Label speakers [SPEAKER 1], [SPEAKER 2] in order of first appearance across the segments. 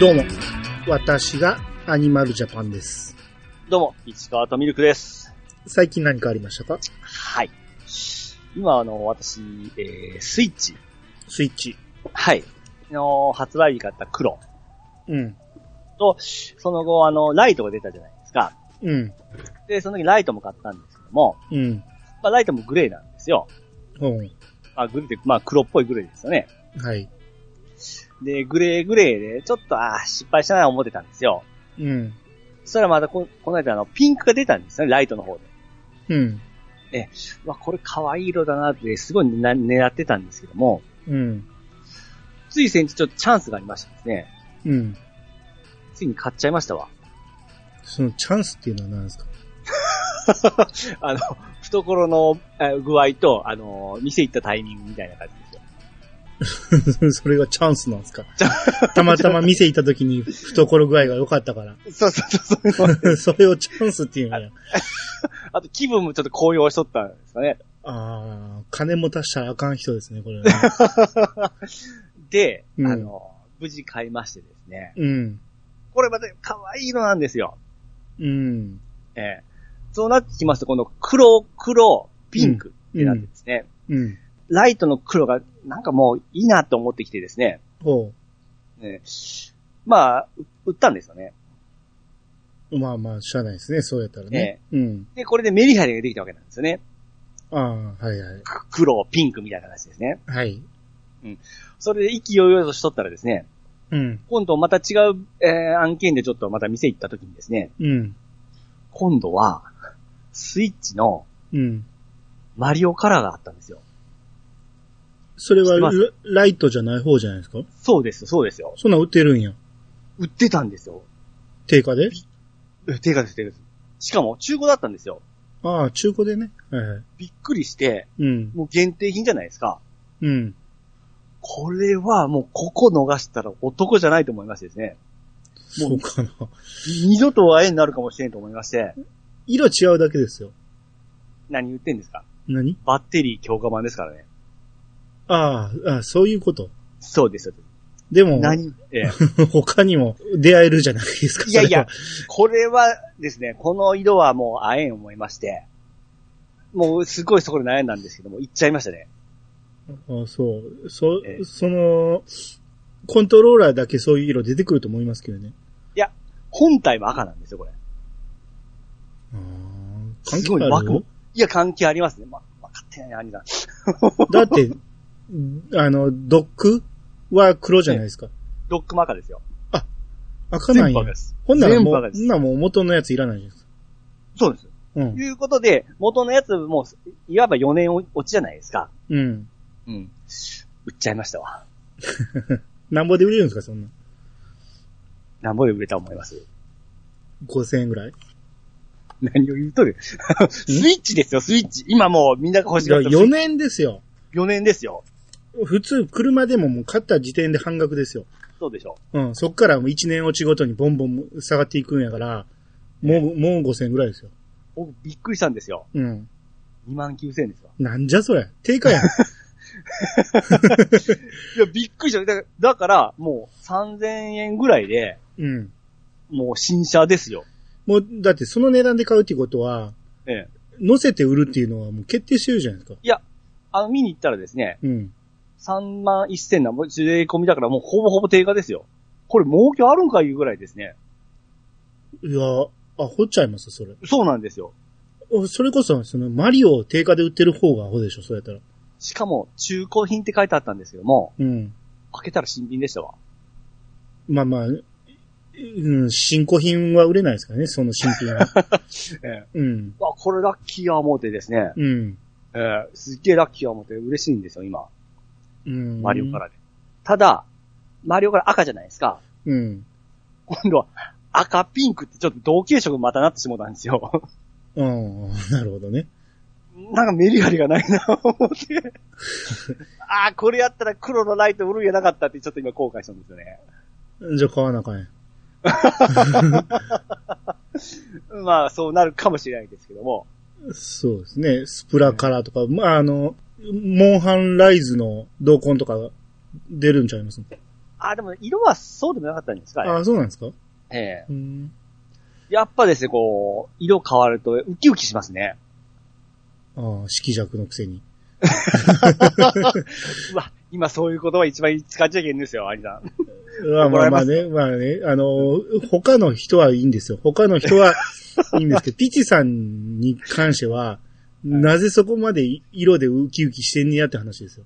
[SPEAKER 1] どうも、私がアニマルジャパンです。
[SPEAKER 2] どうも、市川とミルクです。
[SPEAKER 1] 最近何かありましたか
[SPEAKER 2] はい。今、あの、私、えー、スイッチ。
[SPEAKER 1] スイッチ。
[SPEAKER 2] はい。の、発売日買った黒
[SPEAKER 1] うん。
[SPEAKER 2] と、その後、あの、ライトが出たじゃないですか。
[SPEAKER 1] うん。
[SPEAKER 2] で、その時ライトも買ったんですけども、
[SPEAKER 1] うん。
[SPEAKER 2] まあ、ライトもグレーなんですよ。
[SPEAKER 1] う
[SPEAKER 2] まあ、グレーって、まあ、黒っぽいグレーですよね。
[SPEAKER 1] ん。はい。
[SPEAKER 2] で、グレーグレーで、ちょっと、あー失敗したなと思ってたんですよ。
[SPEAKER 1] うん。
[SPEAKER 2] そしたらまたこ、この間、あの、ピンクが出たんですよね、ライトの方で。
[SPEAKER 1] うん。
[SPEAKER 2] うわ、これ可愛い色だなって、すごいな狙ってたんですけども、
[SPEAKER 1] うん。
[SPEAKER 2] つい先日ちょっとチャンスがありましてですね。
[SPEAKER 1] うん。
[SPEAKER 2] ついに買っちゃいましたわ。
[SPEAKER 1] そのチャンスっていうのは何ですか
[SPEAKER 2] あの、懐のえー具合と、あの、店行ったタイミングみたいな感じですよ。
[SPEAKER 1] それがチャンスなんです かたまたま店行った時に懐具合が良かったから。
[SPEAKER 2] そうそうそうそう。
[SPEAKER 1] それをチャンスっていうのや。
[SPEAKER 2] あと気分もちょっと高揚しとったんですかね。
[SPEAKER 1] あー、金も足したらあかん人ですね、これ は、
[SPEAKER 2] で、
[SPEAKER 1] うん
[SPEAKER 2] あの、無事買いましてですね。
[SPEAKER 1] うん。
[SPEAKER 2] これまた可愛い色なんですよ。
[SPEAKER 1] うん。
[SPEAKER 2] ええそうなってきますと、この黒、黒、ピンクってなってですね。
[SPEAKER 1] うん。
[SPEAKER 2] ライトの黒がなんかもういいなと思ってきてですね。
[SPEAKER 1] ほ
[SPEAKER 2] ええまあ、う売ったんですよね。
[SPEAKER 1] う。まあまあ、しゃあないですね、そうやったらね。うん。
[SPEAKER 2] で、これでメリハリができたわけなんですよね。
[SPEAKER 1] ああ、はいはい。
[SPEAKER 2] く黒、ピンクみたいな話ですね。
[SPEAKER 1] はい。
[SPEAKER 2] それで意気揚々としとったらですね、
[SPEAKER 1] うん。
[SPEAKER 2] 今度また違う、えー案件でちょっとまた店行った時にですね、
[SPEAKER 1] うん。
[SPEAKER 2] 今度は、スイッチの
[SPEAKER 1] うん。
[SPEAKER 2] マリオカラーがあったんですよ。
[SPEAKER 1] それ
[SPEAKER 2] 知って
[SPEAKER 1] は
[SPEAKER 2] ま
[SPEAKER 1] ラライトじゃない方じゃないですか
[SPEAKER 2] そうです、そうですよ。
[SPEAKER 1] そんなん売ってるんや。
[SPEAKER 2] 売ってたんですよ。
[SPEAKER 1] 定価で
[SPEAKER 2] え手が出てる。しかも中古だったんですよ。
[SPEAKER 1] ああ、中古でね。はいはい。
[SPEAKER 2] びっくりして、
[SPEAKER 1] うん。
[SPEAKER 2] もう限定品じゃないですか。
[SPEAKER 1] うん。
[SPEAKER 2] これはもうここ逃したら男じゃないと思いましてですね。もう
[SPEAKER 1] そうかな。
[SPEAKER 2] 二度と会えになるかもしれんと思いまして、
[SPEAKER 1] 色違うだけですよ。
[SPEAKER 2] 何言ってんですか
[SPEAKER 1] 何
[SPEAKER 2] バッテリー強化版ですからね。
[SPEAKER 1] ああああ、そういうこと。
[SPEAKER 2] そうです、そうです。
[SPEAKER 1] でも、
[SPEAKER 2] 何、ええ
[SPEAKER 1] 他にも出会えるじゃないですか。
[SPEAKER 2] いやいや
[SPEAKER 1] それは。、
[SPEAKER 2] これはですね、この色はもう会えん思いまして、もうすごいそこで悩んだんですけども、行っちゃいましたね。
[SPEAKER 1] ああそう。そ
[SPEAKER 2] え、え
[SPEAKER 1] その、コントローラーだけそういう色出てくると思いますけどね。
[SPEAKER 2] 本体は赤なんですよ、これ。
[SPEAKER 1] ああ、関
[SPEAKER 2] す
[SPEAKER 1] 係
[SPEAKER 2] ごい
[SPEAKER 1] ある
[SPEAKER 2] ワクいや、関係ありますね。ま、分かってないな、兄さん。
[SPEAKER 1] だって、あの、ドックは黒じゃないですか。
[SPEAKER 2] ロックも赤ですよ。
[SPEAKER 1] 開かない
[SPEAKER 2] 全部
[SPEAKER 1] や
[SPEAKER 2] 赤です。
[SPEAKER 1] ほんなら
[SPEAKER 2] 全
[SPEAKER 1] も
[SPEAKER 2] 部
[SPEAKER 1] う、
[SPEAKER 2] 赤で
[SPEAKER 1] ほ
[SPEAKER 2] す
[SPEAKER 1] んならもう元のやついらないじゃないですか。
[SPEAKER 2] そうです。
[SPEAKER 1] うん
[SPEAKER 2] と。いうことで、元のやつも、いわば4年落ちじゃないですか。
[SPEAKER 1] うん。
[SPEAKER 2] うん。売っちゃいましたわ。
[SPEAKER 1] なんぼで売れるんですか、そんな。
[SPEAKER 2] なんぼで売れた思います。
[SPEAKER 1] 5000円ぐらい。
[SPEAKER 2] 何を言うとる スイッチですよ、スイッチ。今もうみんなが欲しがってる。
[SPEAKER 1] 4年ですよ。
[SPEAKER 2] 4年ですよ。
[SPEAKER 1] 普通、車でももう買った時点で半額ですよ。
[SPEAKER 2] そうでしょ
[SPEAKER 1] うん。そっからもう1年落ちごとにボンボン下がっていくんやから、もう、もう5000円ぐらいですよ。
[SPEAKER 2] う。僕びっくりしたんですよ。
[SPEAKER 1] うん。
[SPEAKER 2] 2万9000円ですよ。
[SPEAKER 1] なんじゃそれ。定価やん。
[SPEAKER 2] いや、びっくりした。だから、だからもう3000円ぐらいで、
[SPEAKER 1] うん。
[SPEAKER 2] もう新車ですよ。
[SPEAKER 1] もう、だってその値段で買うっていうことは、
[SPEAKER 2] ええ。
[SPEAKER 1] 乗せて売るっていうのはもう決定してるじゃないですか。
[SPEAKER 2] あの、見に行ったらですね、
[SPEAKER 1] うん。
[SPEAKER 2] 3万1000な、もう税込みだからもうほぼほぼ定価ですよ。これ儲けあるんかいうぐらいですね。
[SPEAKER 1] いや、あ、掘っちゃいますそれ。
[SPEAKER 2] そうなんですよ。
[SPEAKER 1] おそれこそ、その、マリオを定価で売ってる方がアホでしょ、そうやったら。
[SPEAKER 2] しかも、中古品って書いてあったんですけども、
[SPEAKER 1] うん。
[SPEAKER 2] 開けたら新品でしたわ。
[SPEAKER 1] まあまあ、うん、新古品は売れないですからね、その新品は。
[SPEAKER 2] ええ。
[SPEAKER 1] うん。
[SPEAKER 2] わ、これラッキーや思ってですね。
[SPEAKER 1] うん。
[SPEAKER 2] ええ、すっげえラッキーや思って嬉しいんですよ、今。
[SPEAKER 1] うん。
[SPEAKER 2] マリオカラーで。ただ、マリオカラー赤じゃないですか。
[SPEAKER 1] うん。
[SPEAKER 2] 今度は赤ピンクってちょっと同系色またなってしもうたんですよ。
[SPEAKER 1] うん。なるほどね。
[SPEAKER 2] なんかメリハリがないな、思って。 ああ、これやったら黒のライト売るんやなかったってちょっと今後悔したんですよね。
[SPEAKER 1] じゃあ買わなあかんやん。
[SPEAKER 2] まあ、そうなるかもしれないですけども。
[SPEAKER 1] そうですね。スプラカラーとか、まああの、モンハンライズの同梱とか出るんちゃいます
[SPEAKER 2] あ、でも色はそうでもなかったんですかあれ
[SPEAKER 1] ああ、そうなんですか
[SPEAKER 2] ええ
[SPEAKER 1] うん。
[SPEAKER 2] やっぱですね、こう、色変わるとウキウキしますね。
[SPEAKER 1] ああ、色弱のくせに。
[SPEAKER 2] うわ、今そういう言葉一番使っちゃいけないんですよ、アリさん。
[SPEAKER 1] まあ
[SPEAKER 2] 怒
[SPEAKER 1] ま
[SPEAKER 2] ら
[SPEAKER 1] あま
[SPEAKER 2] れま
[SPEAKER 1] あ
[SPEAKER 2] す
[SPEAKER 1] ね、まあね、あの、他の人はいいんですよ。他の人はいいんです けど、ピチさんに関しては、なぜそこまで色でウキウキしてんねやって話ですよ。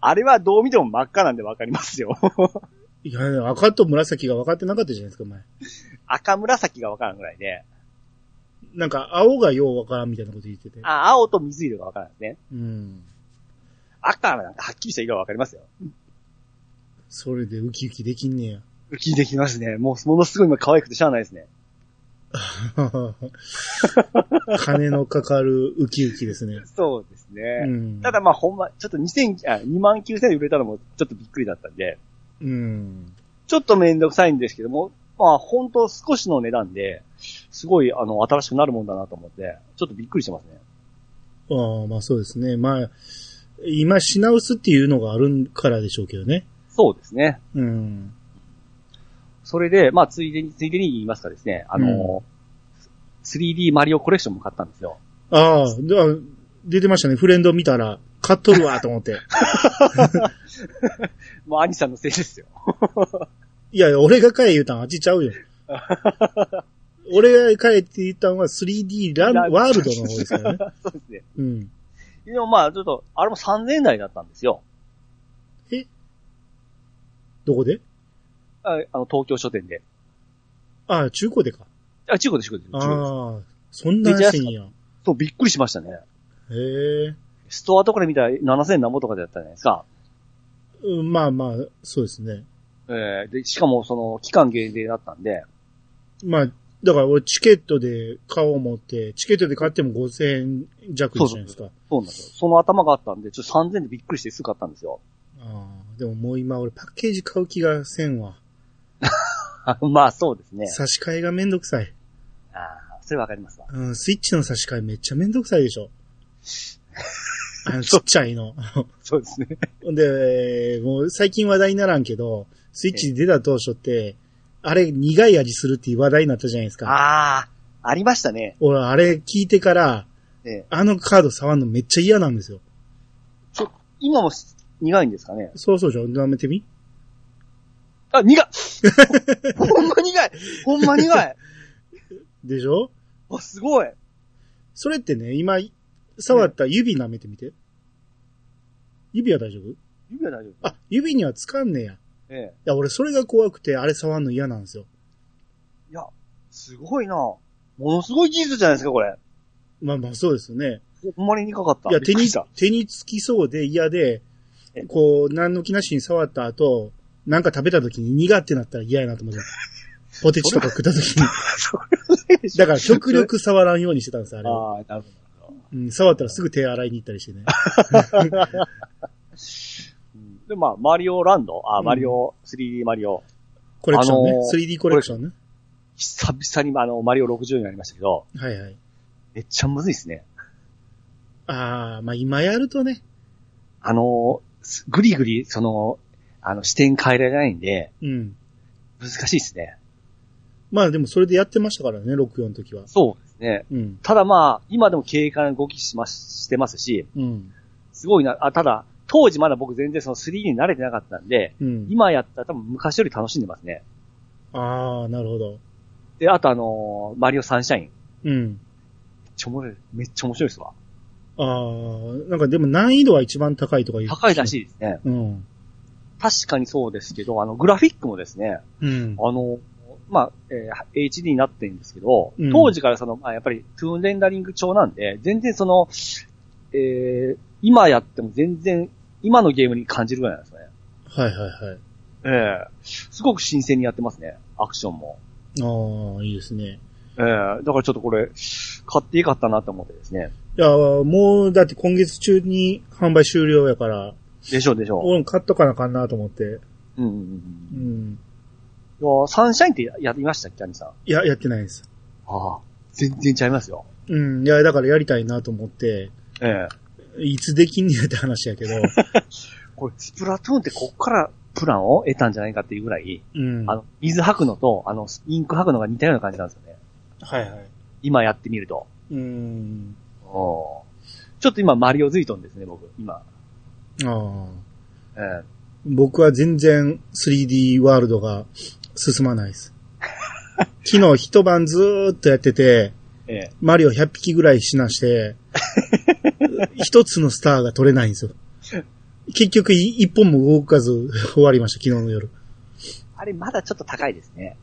[SPEAKER 2] あれはどう見ても真っ赤なんでわかりますよ。
[SPEAKER 1] いや、赤と紫が分かってなかったじゃないですか、前。
[SPEAKER 2] 赤紫がわからんぐらいで、
[SPEAKER 1] なんか、青がようわからんみたいなこと言ってて。
[SPEAKER 2] あ、青と水色がわからんですね。
[SPEAKER 1] うん。
[SPEAKER 2] 赤はなんかはっきりした色がわかりますよ。
[SPEAKER 1] それでウキウキできんねや。
[SPEAKER 2] ウキできますね。もう、ものすごい今可愛くてしゃあないですね。
[SPEAKER 1] 金のかかるウキウキですね。
[SPEAKER 2] そうですね。
[SPEAKER 1] うん。
[SPEAKER 2] ただ、まあほんま、ちょっと2000、あ、2万9000で売れたのもちょっとびっくりだったんで、
[SPEAKER 1] うん。
[SPEAKER 2] ちょっとめんどくさいんですけども、まあほんと少しの値段で、すごいあの、新しくなるもんだなと思って、ちょっとびっくりしてますね。
[SPEAKER 1] ああ、まあそうですね。まあ、今品薄っていうのがあるからでしょうけどね。
[SPEAKER 2] そうですね。
[SPEAKER 1] うん。
[SPEAKER 2] それで、まあついでに、ついでに言いますかですね、あの、3D マリオコレクションも買ったんですよ。
[SPEAKER 1] ああ、であ出てましたね。フレンド見たら、買っとるわと思って。
[SPEAKER 2] もう兄さんのせいですよ。
[SPEAKER 1] いやいや、俺が買え言うたんあっちちゃうよ。俺が買えって言ったんは 3D ラン、ワールドの方ですからね。
[SPEAKER 2] そうですね。
[SPEAKER 1] うん。
[SPEAKER 2] でもまあちょっと、あれも3000円台だったんですよ。
[SPEAKER 1] どこで
[SPEAKER 2] ああの、東京書店で。
[SPEAKER 1] ああ、中古でか。
[SPEAKER 2] あ、中古で中古で。中古で
[SPEAKER 1] ああ、そんな安いんや。へ
[SPEAKER 2] そう、びっくりしましたね。
[SPEAKER 1] え。
[SPEAKER 2] ストアとかで見たら7000何ぼとかだったじゃないですか。
[SPEAKER 1] うんまあまあ、そうですね。
[SPEAKER 2] えー、で、しかもその、期間限定だったんで、
[SPEAKER 1] まあ、だから俺チケットで買おう思って、チケットで買っても5000円弱じゃないですか。
[SPEAKER 2] そうなんですよ。その頭があったんで、ちょっと3000でびっくりしてすぐ買ったんですよ。
[SPEAKER 1] ああ、でももう今俺パッケージ買う気がせんわ。
[SPEAKER 2] あまあ、そうですね。
[SPEAKER 1] 差し替えがめんどくさい。
[SPEAKER 2] ああ、それわかりますわ。
[SPEAKER 1] うん、スイッチの差し替えめっちゃめんどくさいでし ょ。あの、ちっちゃいの。
[SPEAKER 2] そうですね。
[SPEAKER 1] で、もう最近話題にならんけど、スイッチ出た当初って、あれ苦い味するっていう話題になったじゃないですか。
[SPEAKER 2] ああ、ありましたね。
[SPEAKER 1] 俺、あれ聞いてから、
[SPEAKER 2] ええ
[SPEAKER 1] あのカード触るのめっちゃ嫌なんですよ。
[SPEAKER 2] 今も苦いんですかね。
[SPEAKER 1] そうそうでしょ舐めてみ
[SPEAKER 2] あ、 苦いほんま苦いほんま苦い
[SPEAKER 1] でしょ
[SPEAKER 2] あ、すごい
[SPEAKER 1] それってね、今、触った指舐めてみて。指は大丈夫
[SPEAKER 2] 指は大丈夫
[SPEAKER 1] あ、指にはつかんねや。い
[SPEAKER 2] ええ。
[SPEAKER 1] や、俺それが怖くて、あれ触るの嫌なんですよ。
[SPEAKER 2] いや、すごいなものすごい技術じゃないですか、これ。
[SPEAKER 1] まあまあそうですよね。
[SPEAKER 2] ほんまに苦かった。
[SPEAKER 1] いや、
[SPEAKER 2] び
[SPEAKER 1] 手
[SPEAKER 2] っくり
[SPEAKER 1] に
[SPEAKER 2] した、
[SPEAKER 1] 手につきそうで嫌で
[SPEAKER 2] え、
[SPEAKER 1] こう、何の気なしに触った後、なんか食べた時に苦ってなったら嫌やなと思って。ポテチとか食った時に。だから極力触らんようにしてたんですよ、あれを。
[SPEAKER 2] ああ、なるほど。
[SPEAKER 1] うん、触ったらすぐ手洗いに行ったりしてね。
[SPEAKER 2] うんで、まあ、マリオランド、あ、
[SPEAKER 1] うん
[SPEAKER 2] マリオ、3D マリオ、
[SPEAKER 1] コレクションね
[SPEAKER 2] あの。ー
[SPEAKER 1] 3D コレクションね。
[SPEAKER 2] 久々にあの、マリオ60になりましたけど、
[SPEAKER 1] はいはい。
[SPEAKER 2] めっちゃむずいですね。
[SPEAKER 1] ああ、まあ今やるとね。
[SPEAKER 2] あの、すぐりぐり、その、あの、視点変えられないんで、
[SPEAKER 1] うん。
[SPEAKER 2] 難しいですね。
[SPEAKER 1] まあでもそれでやってましたからね、64の時は。
[SPEAKER 2] そうですね。
[SPEAKER 1] うん。
[SPEAKER 2] ただまあ、今でも軽快な動きします、してますし、
[SPEAKER 1] うん。
[SPEAKER 2] すごいな、あ、ただ、当時まだ僕全然その 3D に慣れてなかったんで、
[SPEAKER 1] うん。
[SPEAKER 2] 今やったら多分昔より楽しんでますね。
[SPEAKER 1] ああ、なるほど。
[SPEAKER 2] で、あとあのーマリオサンシャイン。
[SPEAKER 1] うん。
[SPEAKER 2] めっちゃ面白い、めっちゃ面白いですわ。
[SPEAKER 1] ああ、なんかでも難易度は一番高いとか言う。
[SPEAKER 2] 高いらしいですね。
[SPEAKER 1] うん。
[SPEAKER 2] 確かにそうですけど、あの、グラフィックもですね、
[SPEAKER 1] うん。
[SPEAKER 2] あの、まあ、えー HD になってるんですけど、
[SPEAKER 1] うん
[SPEAKER 2] 当時からその、まあ、やっぱりトゥーンレンダリング調なんで、全然その、えー今やっても全然、今のゲームに感じるぐらいなんですよね。
[SPEAKER 1] はいはいはい。
[SPEAKER 2] ええすごく新鮮にやってますね、アクションも。
[SPEAKER 1] ああ、いいですね。
[SPEAKER 2] ええだからちょっとこれ、買ってよかったなと思ってですね。
[SPEAKER 1] いや、もう、だって今月中に販売終了やから、
[SPEAKER 2] でしょうでしょ
[SPEAKER 1] 俺も買っとかなあかんなと思って。
[SPEAKER 2] う。うんうん
[SPEAKER 1] う
[SPEAKER 2] う
[SPEAKER 1] んん。
[SPEAKER 2] うん。いやサンシャインってややりましたっけ、アニさん。あ
[SPEAKER 1] いや、やってないです。
[SPEAKER 2] あ、全然ちゃいますよ。
[SPEAKER 1] うん。いや、だからやりたいなと思って、
[SPEAKER 2] ええ
[SPEAKER 1] いつできんねやって話やけど、
[SPEAKER 2] これ、スプラトゥーンってこっから、ププランを得たんじゃないかっていうぐらい、
[SPEAKER 1] うん。
[SPEAKER 2] あ
[SPEAKER 1] は
[SPEAKER 2] の、水吐くのと、あの、インク吐くのが似たような感じなんですよね。
[SPEAKER 1] いはい。
[SPEAKER 2] 今やってみると。
[SPEAKER 1] うん。
[SPEAKER 2] おちょっと今、マリオズイトンですね、僕、今。
[SPEAKER 1] ああ。
[SPEAKER 2] えー
[SPEAKER 1] 僕は全然 3D ワールドが進まないです。 昨日一晩ずーっとやってて、
[SPEAKER 2] え
[SPEAKER 1] マリオ100匹ぐらい死なして、 一つのスターが取れないんですよ。結局い一本も動かず終わりました、昨日の夜。
[SPEAKER 2] ーあれ、まだちょっと高いですね。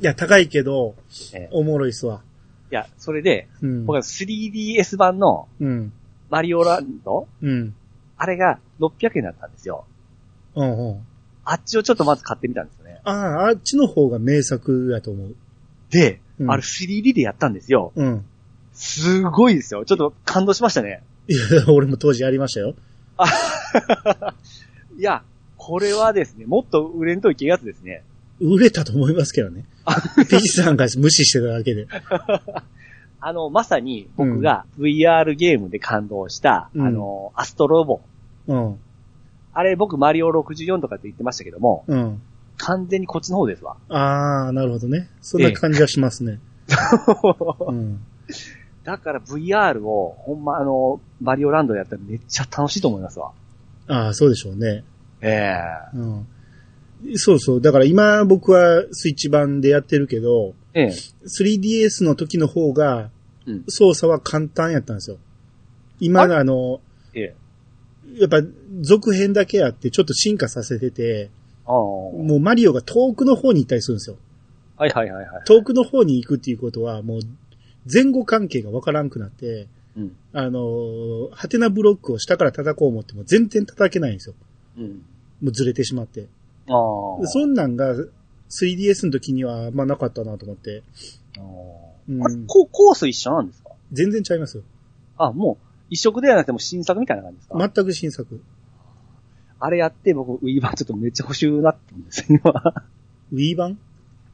[SPEAKER 1] いや、高いけど
[SPEAKER 2] ええ、
[SPEAKER 1] おもろいっすわ。
[SPEAKER 2] いや、それで、
[SPEAKER 1] うん
[SPEAKER 2] 僕。は 3DS 版の
[SPEAKER 1] うん。
[SPEAKER 2] マリオランド
[SPEAKER 1] うん。
[SPEAKER 2] あれが600円だったんですよ。
[SPEAKER 1] うんうん。
[SPEAKER 2] あっちをちょっとまず買ってみたんですよね。
[SPEAKER 1] ああ、あっちの方が名作やと思う。
[SPEAKER 2] で、
[SPEAKER 1] うん、
[SPEAKER 2] あれ 3D でやったんですよ。
[SPEAKER 1] うん。
[SPEAKER 2] すごいですよ。ちょっと感動しましたね。
[SPEAKER 1] いや、 俺も当時やりましたよ。
[SPEAKER 2] いや、これはですね、もっと売れんといけんやつですね。
[SPEAKER 1] 売れたと思いますけど ね。ピチさんが無視してただけで。
[SPEAKER 2] あの、まさに僕が VR ゲームで感動した、
[SPEAKER 1] うん
[SPEAKER 2] あの、アストロボ。
[SPEAKER 1] うん。
[SPEAKER 2] あれ僕マリオ64とかって言ってましたけども、
[SPEAKER 1] うん。
[SPEAKER 2] 完全にこっちの方です わ。
[SPEAKER 1] ああ、なるほどね。そんな感じはしますね。うん。
[SPEAKER 2] だから VR を、ほんまあの、マリオランドでやったらめっちゃ楽しいと思いますわ。
[SPEAKER 1] ああ、そうでしょうね。
[SPEAKER 2] ええ
[SPEAKER 1] うん。そうそう。だから今僕はスイッチ版でやってるけど、
[SPEAKER 2] ええ
[SPEAKER 1] 3DS の時の方が
[SPEAKER 2] うん
[SPEAKER 1] 操作は簡単やったんですよ。今のあの、
[SPEAKER 2] ええ
[SPEAKER 1] やっぱ続編だけあってちょっと進化させてて、
[SPEAKER 2] ああ。
[SPEAKER 1] もうマリオが遠くの方に行ったりするんですよ。
[SPEAKER 2] はいはいはいはい。
[SPEAKER 1] 遠くの方に行くっていうことは、もう前後関係がわからんくなって、
[SPEAKER 2] うん
[SPEAKER 1] あのー、ハテナブロックを下から叩こう思っても全然叩けないんですよ。
[SPEAKER 2] うん。
[SPEAKER 1] もうずれてしまって。
[SPEAKER 2] ああ。
[SPEAKER 1] そんなんが 3DS の時には、まあなかったなと思って。
[SPEAKER 2] ああ
[SPEAKER 1] うん
[SPEAKER 2] これ、ココース一緒なんですか
[SPEAKER 1] 全然ちゃいますよ。
[SPEAKER 2] あ、もう、移植ではなくても新作みたいな感じですか、
[SPEAKER 1] 全く新作。
[SPEAKER 2] あれやって僕、Wii 版ちょっとめっちゃ補修なったんですよ、今。
[SPEAKER 1] Wii 版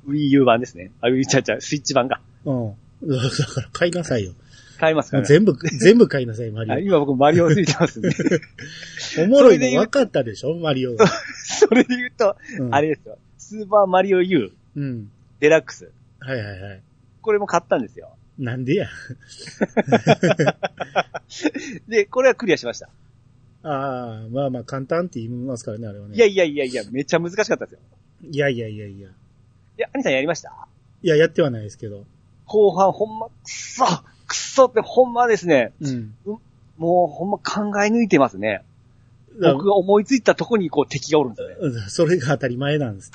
[SPEAKER 2] Wii U 版ですね。あ、Wii ちゃうちゃう、スイッチ版か。
[SPEAKER 1] うん。だから買いなさいよ。
[SPEAKER 2] 買いますから、ね。
[SPEAKER 1] 全部、全部買いなさい、マリ
[SPEAKER 2] あ今僕マリオついてま すね。
[SPEAKER 1] オ。おもろい
[SPEAKER 2] それで
[SPEAKER 1] の
[SPEAKER 2] 言う
[SPEAKER 1] 分かったでしょマリオが。
[SPEAKER 2] それで言うと、
[SPEAKER 1] うん
[SPEAKER 2] あれですよ。スーパーマリオ U
[SPEAKER 1] うん。
[SPEAKER 2] デラックス。
[SPEAKER 1] はいはいはい。
[SPEAKER 2] これも買ったんですよ。
[SPEAKER 1] なんでや。
[SPEAKER 2] で、これはクリアしました。
[SPEAKER 1] ああ、まあまあ簡単って言いますからね、あれはね。
[SPEAKER 2] いやいやいやいや、めっちゃ難しかったですよ。
[SPEAKER 1] いやいやいやいや。
[SPEAKER 2] いや、兄さんやりました
[SPEAKER 1] いや、やってはないですけど。
[SPEAKER 2] 後半ほんま、くそくそってほんまですね。
[SPEAKER 1] うん。
[SPEAKER 2] もうほんま考え抜いてますね。
[SPEAKER 1] だ
[SPEAKER 2] 僕が思いついたとこにこう敵がおるんですよね。
[SPEAKER 1] うんそれが当たり前なん です。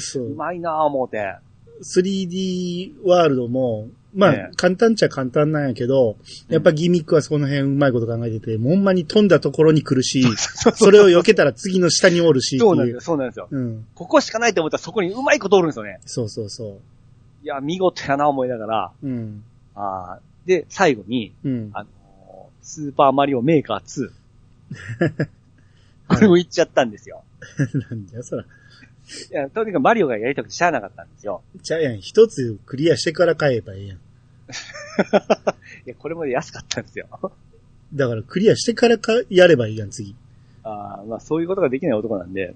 [SPEAKER 1] そうう。
[SPEAKER 2] まいなぁ思うて。
[SPEAKER 1] 3D ワールドも、まあ、
[SPEAKER 2] ええ
[SPEAKER 1] 簡単っちゃ簡単なんやけど、やっぱギミックはその辺うまいこと考えてて、もうほんまに飛んだところに来る し、それを避けたら次の下におるしって
[SPEAKER 2] そうなん
[SPEAKER 1] い
[SPEAKER 2] です
[SPEAKER 1] う
[SPEAKER 2] よ、。そうなんですよ。
[SPEAKER 1] うん。
[SPEAKER 2] ここしかないと思ったらそこにうまいことおるんですよね。
[SPEAKER 1] そうそうそ
[SPEAKER 2] いや、見事やな思いながら、
[SPEAKER 1] う。うん。
[SPEAKER 2] あーで、最後に、
[SPEAKER 1] うん。
[SPEAKER 2] あのースーパーマリオメーカー2。これも言っちゃったんですよ。
[SPEAKER 1] なんじゃそら。
[SPEAKER 2] いや、とにかくマリオがやりたくてしゃあなかったんですよ。
[SPEAKER 1] じゃあやん、一つクリアしてから買えばええやん。
[SPEAKER 2] いや、これも安かったんですよ。
[SPEAKER 1] だからクリアしてからかやればいいやん、次。
[SPEAKER 2] あーまあ、そういうことができない男なんで、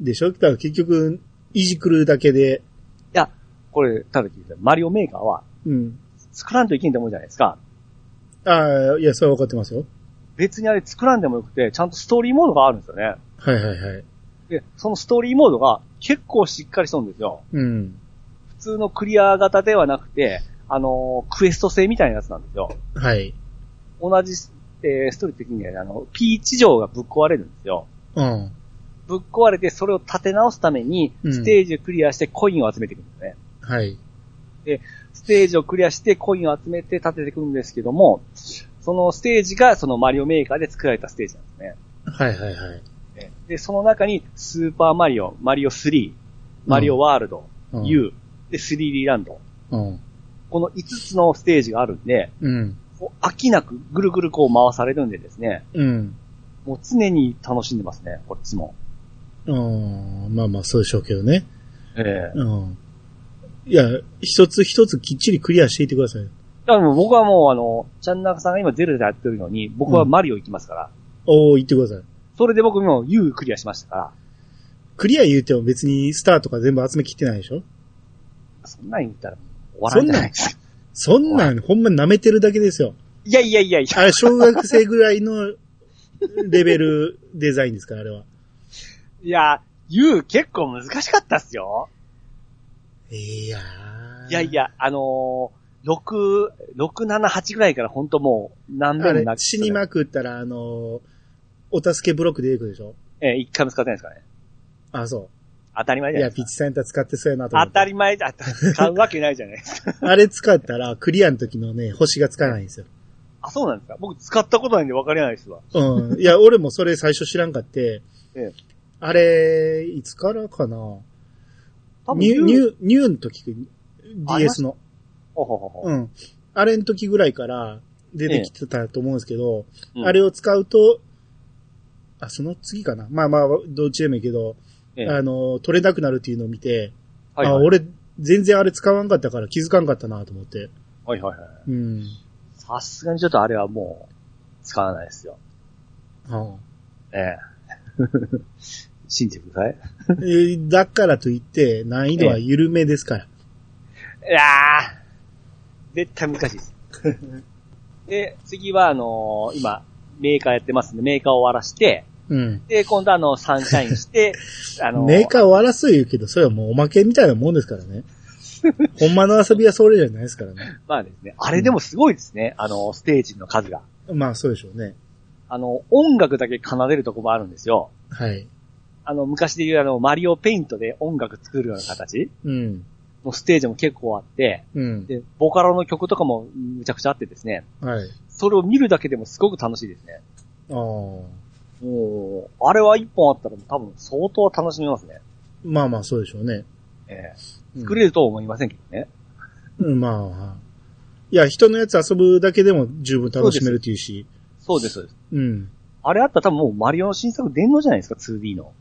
[SPEAKER 1] でしょだから結局、いじくるだけで、
[SPEAKER 2] これ、ただ聞いてマリオメーカーは
[SPEAKER 1] うん。
[SPEAKER 2] 作らんといけんと思うじゃないですか。
[SPEAKER 1] ああ、いや、それは分かってますよ。
[SPEAKER 2] 別にあれ作らんでもよくて、ちゃんとストーリーモードがあるんですよね。
[SPEAKER 1] はいはいはい。
[SPEAKER 2] で、そのストーリーモードが結構しっかりしとるんですよ。
[SPEAKER 1] うん。
[SPEAKER 2] 普通のクリア型ではなくて、あのークエスト制みたいなやつなんですよ。
[SPEAKER 1] はい。
[SPEAKER 2] 同じ、えーストーリー的にね、あの、ピーチ城がぶっ壊れるんですよ。
[SPEAKER 1] うん。
[SPEAKER 2] ぶっ壊れて、それを立て直すために、
[SPEAKER 1] うん
[SPEAKER 2] ステージをクリアしてコインを集めていくんですね。
[SPEAKER 1] はい。
[SPEAKER 2] ステージをクリアしてコインを集めて立てていくんですけども、そのステージがそのマリオメーカーで作られたステージなんですね。
[SPEAKER 1] はいはいはい。
[SPEAKER 2] えで、その中に、スーパーマリオ、マリオ3、マリオワールド、
[SPEAKER 1] うん。
[SPEAKER 2] U、で、3D ランド。
[SPEAKER 1] うん。
[SPEAKER 2] この5つのステージがあるんで、
[SPEAKER 1] うん。
[SPEAKER 2] こう飽きなくぐるぐるこう回されるんでですね、
[SPEAKER 1] うん。
[SPEAKER 2] もう常に楽しんでますね、こっちも。
[SPEAKER 1] うん。まあまあ、そうでしょうけどね。
[SPEAKER 2] ええ
[SPEAKER 1] うん。いや、一つ一つきっちりクリアしていってください。
[SPEAKER 2] だからもう僕はもうあの、ちゃんなかさんが今ゼルダやってるのに、僕はマリオ行きますから、
[SPEAKER 1] おー、言ってください。
[SPEAKER 2] それで僕も U クリアしましたから、
[SPEAKER 1] クリア言うても別にスターとか全部集めきってないでしょ
[SPEAKER 2] そんなん言ったら終わらんじゃないですか。
[SPEAKER 1] そんなん、ほんま舐めてるだけですよ。
[SPEAKER 2] いやいやいやいや、
[SPEAKER 1] あれ、小学生ぐらいのレベルデザインですから、あれは。
[SPEAKER 2] いや、U 結構難しかったっすよ。
[SPEAKER 1] いやー。
[SPEAKER 2] いやいや、あのー、6、6、7、8ぐらいから本当もう何
[SPEAKER 1] あ
[SPEAKER 2] でも
[SPEAKER 1] れ
[SPEAKER 2] な、く
[SPEAKER 1] 死にまくったら、あのーお助けブロック出てくるでしょ
[SPEAKER 2] えー、一回も使ってないですからね。
[SPEAKER 1] あ、そ
[SPEAKER 2] 当たり前
[SPEAKER 1] う。
[SPEAKER 2] じ
[SPEAKER 1] い
[SPEAKER 2] ゃない
[SPEAKER 1] や、
[SPEAKER 2] です
[SPEAKER 1] ピッ
[SPEAKER 2] か
[SPEAKER 1] チさんやったら使ってそうやなと思っ
[SPEAKER 2] 当
[SPEAKER 1] て。
[SPEAKER 2] たり前じゃ、買うわけないじゃないですか。
[SPEAKER 1] あれ使ったら、クリアの時のね、星がつかないんですよ。
[SPEAKER 2] あ、そうなんですか僕使ったことないんで分かりないですわ。
[SPEAKER 1] うん。いや、俺もそれ最初知らんかって、
[SPEAKER 2] ええ
[SPEAKER 1] あれ、いつからかな
[SPEAKER 2] 多分
[SPEAKER 1] ニュー、ニ
[SPEAKER 2] U
[SPEAKER 1] ュー、ニューの時、
[SPEAKER 2] ありま
[SPEAKER 1] DS の。
[SPEAKER 2] ほほほほ
[SPEAKER 1] うん。あれの時ぐらいから出てきてたと思うんですけど、
[SPEAKER 2] うん
[SPEAKER 1] あれを使うと、あ、その次かな。まあまあ、どっちでもいいけど、
[SPEAKER 2] ええ
[SPEAKER 1] あの、取れなくなるっていうのを見て、
[SPEAKER 2] はい
[SPEAKER 1] あ、
[SPEAKER 2] はい、
[SPEAKER 1] 俺、全然あれ使わんかったから気づかんかったなと思って。
[SPEAKER 2] はいはいはい。
[SPEAKER 1] うん。
[SPEAKER 2] さすがにちょっとあれはもう、使わないですよ。
[SPEAKER 1] は
[SPEAKER 2] ええ。 信じてください。
[SPEAKER 1] あえーだからといって、難易度は緩めですから。
[SPEAKER 2] いやー、絶対難しい です。で、次はあのー今、メーカーやってますんで、メーカーを終わらして、
[SPEAKER 1] うん。
[SPEAKER 2] で、今度あの、サンシャイン して、あのー
[SPEAKER 1] メーカーを争い言うけど、それはもうおまけみたいなもんですから ね。ほんまの遊びはそれじゃないですからね。
[SPEAKER 2] まあですね、あれでもすごいですね、あのーステージの数が。
[SPEAKER 1] まあ、そうでしょうね。
[SPEAKER 2] あの、音楽だけ奏でるとこもあるんですよ。
[SPEAKER 1] はい。
[SPEAKER 2] あの、昔で言うあの、マリオペイントで音楽作るような形
[SPEAKER 1] うん。
[SPEAKER 2] のステージも結構あって、
[SPEAKER 1] うん。
[SPEAKER 2] で、ボカロの曲とかもむちゃくちゃあってですね、
[SPEAKER 1] はい。
[SPEAKER 2] それを見るだけでもすごく楽しいですね。
[SPEAKER 1] ああ。
[SPEAKER 2] もう、あれは一本あったら多分相当楽しめますね。
[SPEAKER 1] まあまあ、そうでしょうね。
[SPEAKER 2] ええ
[SPEAKER 1] うん
[SPEAKER 2] 作れるとは思いませんけどね。
[SPEAKER 1] うん、まあまあ。いや、人のやつ遊ぶだけでも十分楽しめるっていうし。
[SPEAKER 2] そうです、そうです。
[SPEAKER 1] うん。
[SPEAKER 2] あれあったら多分もうマリオの新作電脳じゃないですか、2D の。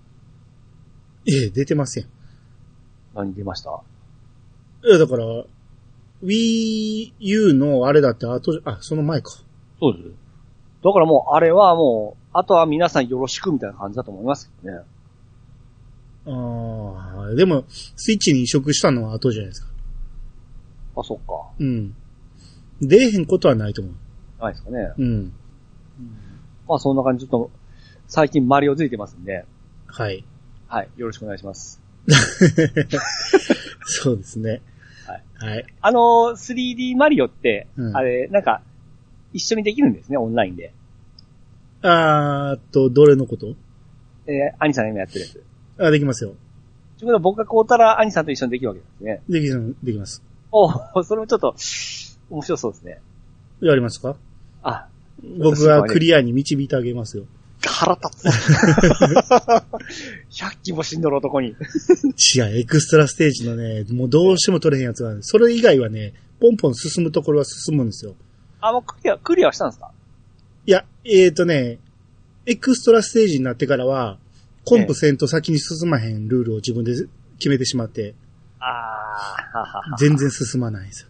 [SPEAKER 1] ええ、出てません。い
[SPEAKER 2] 何出ました
[SPEAKER 1] や、だから、Wii U のあれだって後じ、あ、その前か。
[SPEAKER 2] そうです。だからもう、あれはもう、あとは皆さんよろしくみたいな感じだと思いますけどね。
[SPEAKER 1] ああ、でも、スイッチに移植したのは後じゃないですか。
[SPEAKER 2] あ、そっか。
[SPEAKER 1] うん。出えへんことはないと思う。
[SPEAKER 2] ないですかね。
[SPEAKER 1] うん。
[SPEAKER 2] まあそんな感じ、ちょっと、最近マリオついてますんで、
[SPEAKER 1] はい。
[SPEAKER 2] はい、よろしくお願いします。
[SPEAKER 1] そうですね。
[SPEAKER 2] はい。
[SPEAKER 1] はい。
[SPEAKER 2] あのー、3D マリオって、
[SPEAKER 1] うん
[SPEAKER 2] あれ、なんか、一緒にできるんですね、オンラインで。
[SPEAKER 1] あーっと、どれのこと
[SPEAKER 2] えー、兄さんが今やってるやつ。という
[SPEAKER 1] あ、できますよ。
[SPEAKER 2] ことは僕がこうたら兄さんと一緒にできるわけですね。
[SPEAKER 1] できる、できます。
[SPEAKER 2] おうそれもちょっと、面白そうですね。
[SPEAKER 1] やりますか
[SPEAKER 2] あ、
[SPEAKER 1] 僕がクリアに導いてあげますよ。
[SPEAKER 2] 腹 立つ。100機も死んどる男に。
[SPEAKER 1] 違う、エクストラステージのね、もうどうしても取れへんやつがある。それ以外はね、ポンポン進むところは進むんですよ。
[SPEAKER 2] あ、もうクリア、クリアはしたんですか
[SPEAKER 1] いや、えーとね、エクストラステージになってからは、コンプせんと先に進まへんルールを自分で決めてしまって、
[SPEAKER 2] あー、ははは。
[SPEAKER 1] 全然進まないんですよ。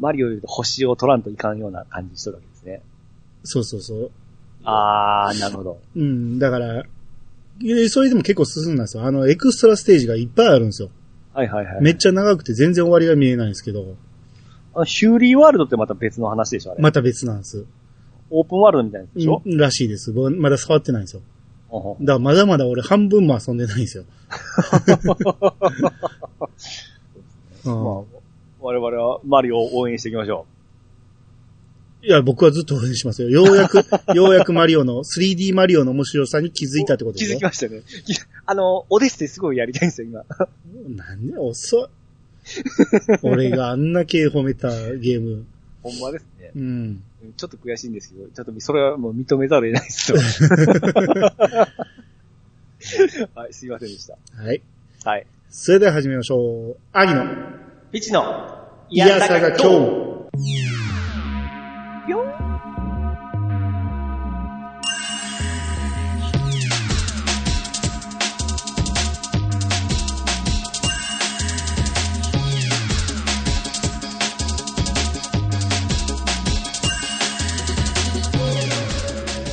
[SPEAKER 2] マリオより星を取らんといかんような感じしとるわけですね。
[SPEAKER 1] そうそうそう。
[SPEAKER 2] あー、なるほど。
[SPEAKER 1] うん、だから、えーそれでも結構進んだんですよ。あの、エクストラステージがいっぱいあるんですよ。
[SPEAKER 2] はいはいはい。
[SPEAKER 1] めっちゃ長くて全然終わりが見えないんですけど、
[SPEAKER 2] あのヒューリーワールドってまた別の話でしょ、あれ。
[SPEAKER 1] また別なんです。
[SPEAKER 2] オープンワールドみたいなやつでしょ、
[SPEAKER 1] うんらしいです。僕まだ触ってないんですよ。
[SPEAKER 2] ほんほん
[SPEAKER 1] だからまだまだ俺半分も遊んでないんですよ。うん
[SPEAKER 2] まあ、我々はマリオを応援していきましょ
[SPEAKER 1] いや、僕はずっと応援しますよ。ようやく、 ようやくマリオの、3D マリオの面白さに気づいたってこ
[SPEAKER 2] う。
[SPEAKER 1] と
[SPEAKER 2] 気
[SPEAKER 1] です
[SPEAKER 2] づき
[SPEAKER 1] よ。
[SPEAKER 2] ましたね。 きあの、オデッセイすごいやりたいんですよ、今。
[SPEAKER 1] なんで遅い。 俺があんな系褒めたゲーム。
[SPEAKER 2] ほんまですね。
[SPEAKER 1] うん。
[SPEAKER 2] ちょっと悔しいんですけど、ちょっとそれはもう認めざるを得ないで すよ。はい、すいませんでし
[SPEAKER 1] はい。
[SPEAKER 2] た。はい。
[SPEAKER 1] それでは始めましょう。兄の、
[SPEAKER 2] ピチの、
[SPEAKER 1] いやさが今日。
[SPEAKER 2] ぴょん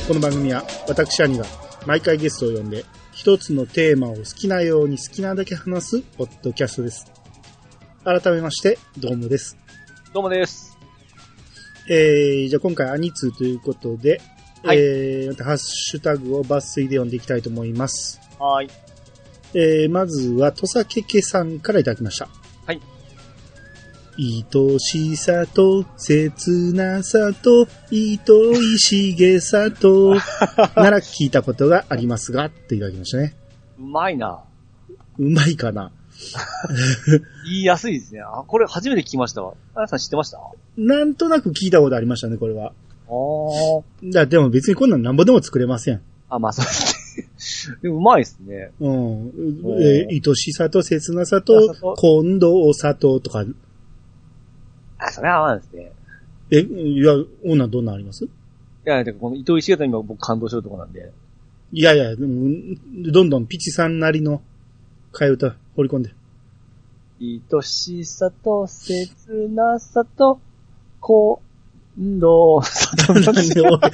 [SPEAKER 1] この番組は、私兄が、毎回ゲストを呼んで、一つのテーマを好きなように好きなだけ話す、ポッドキャストです。改めまして、どうもです。
[SPEAKER 2] どうもです。
[SPEAKER 1] えー、じゃあ今回アニツーということで、
[SPEAKER 2] はい
[SPEAKER 1] えー、またハッシュタグを抜粋で読んでいきたいと思います。
[SPEAKER 2] はーい。
[SPEAKER 1] えー、まずは、とさけけさんからいただきました。
[SPEAKER 2] はい。
[SPEAKER 1] 愛しさと、切なさと、愛しげさ と、なら聞いたことがありますが、っていただきましたね。
[SPEAKER 2] うまいな。
[SPEAKER 1] うまいかな
[SPEAKER 2] 言いやすいですね。あ、これ初めて聞きましたわ。あやさん知ってましたあ
[SPEAKER 1] なんとなく聞いたことありましたね、これは。
[SPEAKER 2] ー。
[SPEAKER 1] だ、でも別にこんなんなんぼでも作れません。
[SPEAKER 2] あ、まあそうですね。で もうまいですね。
[SPEAKER 1] うん。
[SPEAKER 2] おー
[SPEAKER 1] えー愛しさと、切なさ
[SPEAKER 2] 切な
[SPEAKER 1] と
[SPEAKER 2] さと、
[SPEAKER 1] 今度お砂糖とか、
[SPEAKER 2] あ、それは合わないですね。
[SPEAKER 1] え、いや、女どんなんあります
[SPEAKER 2] いや、てかこの伊藤石方今僕感動してるとこなんで。
[SPEAKER 1] いやいや、でもどんどんピチさんなりの替え歌掘り込んで。
[SPEAKER 2] 愛しさと切なさと、こんどう、さと
[SPEAKER 1] なんで俺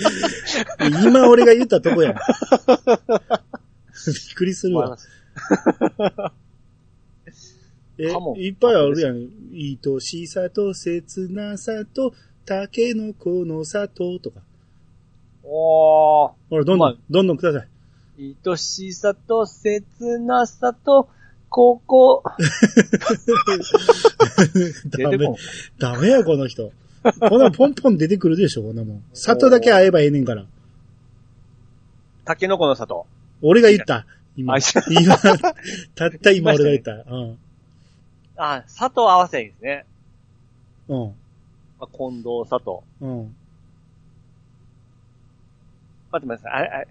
[SPEAKER 1] 今俺が言ったとこやん。 びっくりするわ。え、
[SPEAKER 2] カモン
[SPEAKER 1] いっぱいあるやん。愛しさと、切なさと、タケノコの里とか。
[SPEAKER 2] おー。
[SPEAKER 1] ほら、どんどん、
[SPEAKER 2] ま
[SPEAKER 1] どんどんください。
[SPEAKER 2] 愛しさと切なさと、ここ、
[SPEAKER 1] ダメ
[SPEAKER 2] こん。
[SPEAKER 1] ダメや、この人。こんなんポンポン出てくるでしょ、こんなもん。里だけ会えばええねんから。
[SPEAKER 2] タケノコの里。
[SPEAKER 1] 俺が言った。今
[SPEAKER 2] あ、い。や
[SPEAKER 1] 今、たった 今俺が言った。うん。
[SPEAKER 2] あ、里合わせですね。
[SPEAKER 1] うん。
[SPEAKER 2] まあ、近藤里。
[SPEAKER 1] うん。
[SPEAKER 2] 待って待ってください。あれ、あれ。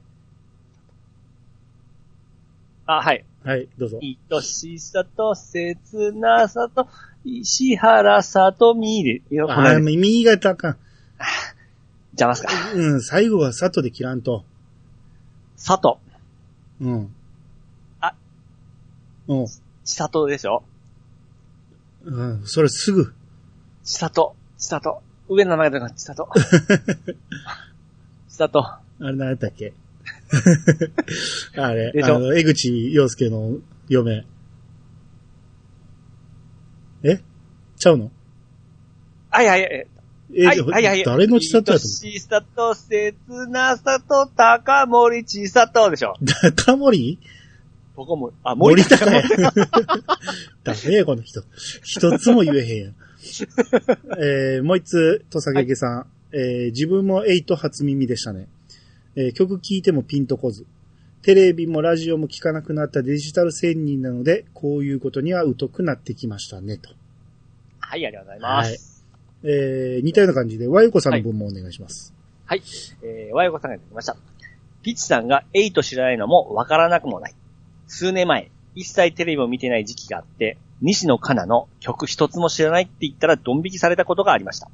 [SPEAKER 2] あ、はい。
[SPEAKER 1] はい、どうぞ。
[SPEAKER 2] 愛しさと切なさと、石原さとみで、いやこ
[SPEAKER 1] あ
[SPEAKER 2] れ
[SPEAKER 1] ー、右があかん。
[SPEAKER 2] 邪魔っすか。
[SPEAKER 1] うん、最後は里で切らんと。
[SPEAKER 2] さと、
[SPEAKER 1] うん。
[SPEAKER 2] あ。
[SPEAKER 1] うん。
[SPEAKER 2] ちさとでしょ
[SPEAKER 1] うん、それすぐ。
[SPEAKER 2] ちさと、ちさと。上の名前だから、ちさと。ちさと。
[SPEAKER 1] あれ何やったっけ あれ
[SPEAKER 2] で、し
[SPEAKER 1] あ
[SPEAKER 2] ょ
[SPEAKER 1] の、江口洋介の嫁。えちゃうの
[SPEAKER 2] あ、いやいやいや。
[SPEAKER 1] え、
[SPEAKER 2] はい、はい、はい。
[SPEAKER 1] 誰の千里やと
[SPEAKER 2] 愛しさと、切なさと、高森千里でしょ。
[SPEAKER 1] 思う 高森
[SPEAKER 2] ここも、あ、森
[SPEAKER 1] 森
[SPEAKER 2] 高
[SPEAKER 1] 高や。 ダメや、この人。一つも言えへんやん。えー、もう一つ、とさけけさん。えー、自分も8初耳でしたね。えー、曲聴いてもピンとこず。テレビもラジオも聴かなくなったデジタル専人なので、こういうことには疎くなってきましたね、と。
[SPEAKER 2] はい、ありがとうございます。
[SPEAKER 1] えー、似たような感じで、和ゆこさんの分もお願いします。
[SPEAKER 2] はい。えー、和横さんがやってきました。ピチさんがエイト知らないのもわからなくもない。数年前、一切テレビを見てない時期があって、西野カナの曲一つも知らないって言ったらドン引きされたことがありました。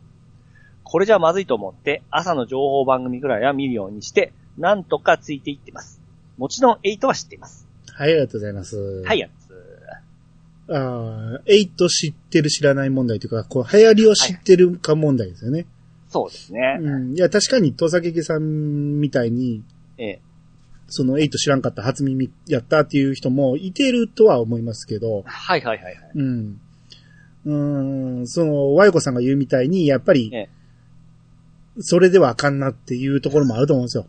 [SPEAKER 2] これじゃまずいと思って、朝の情報番組ぐらいは見るようにして、なんとかついていってます。もちろんエイトは知っています。
[SPEAKER 1] はい、ありがとうございます。
[SPEAKER 2] はい、やつ。
[SPEAKER 1] あー、8知ってる知らない問題というか、こう、流行りを知ってるか問題ですよね。
[SPEAKER 2] そうですね。
[SPEAKER 1] うん。いや、確かに、戸崎家さんみたいに、
[SPEAKER 2] ええ
[SPEAKER 1] その、エイト知らんかった、初耳やったっていう人もいてるとは思いますけど、
[SPEAKER 2] はいはいはいはい。
[SPEAKER 1] うん。うん、その、和イ子さんが言うみたいに、やっぱり
[SPEAKER 2] ええ、
[SPEAKER 1] それではあかんなっていうところもあると思うんですよ。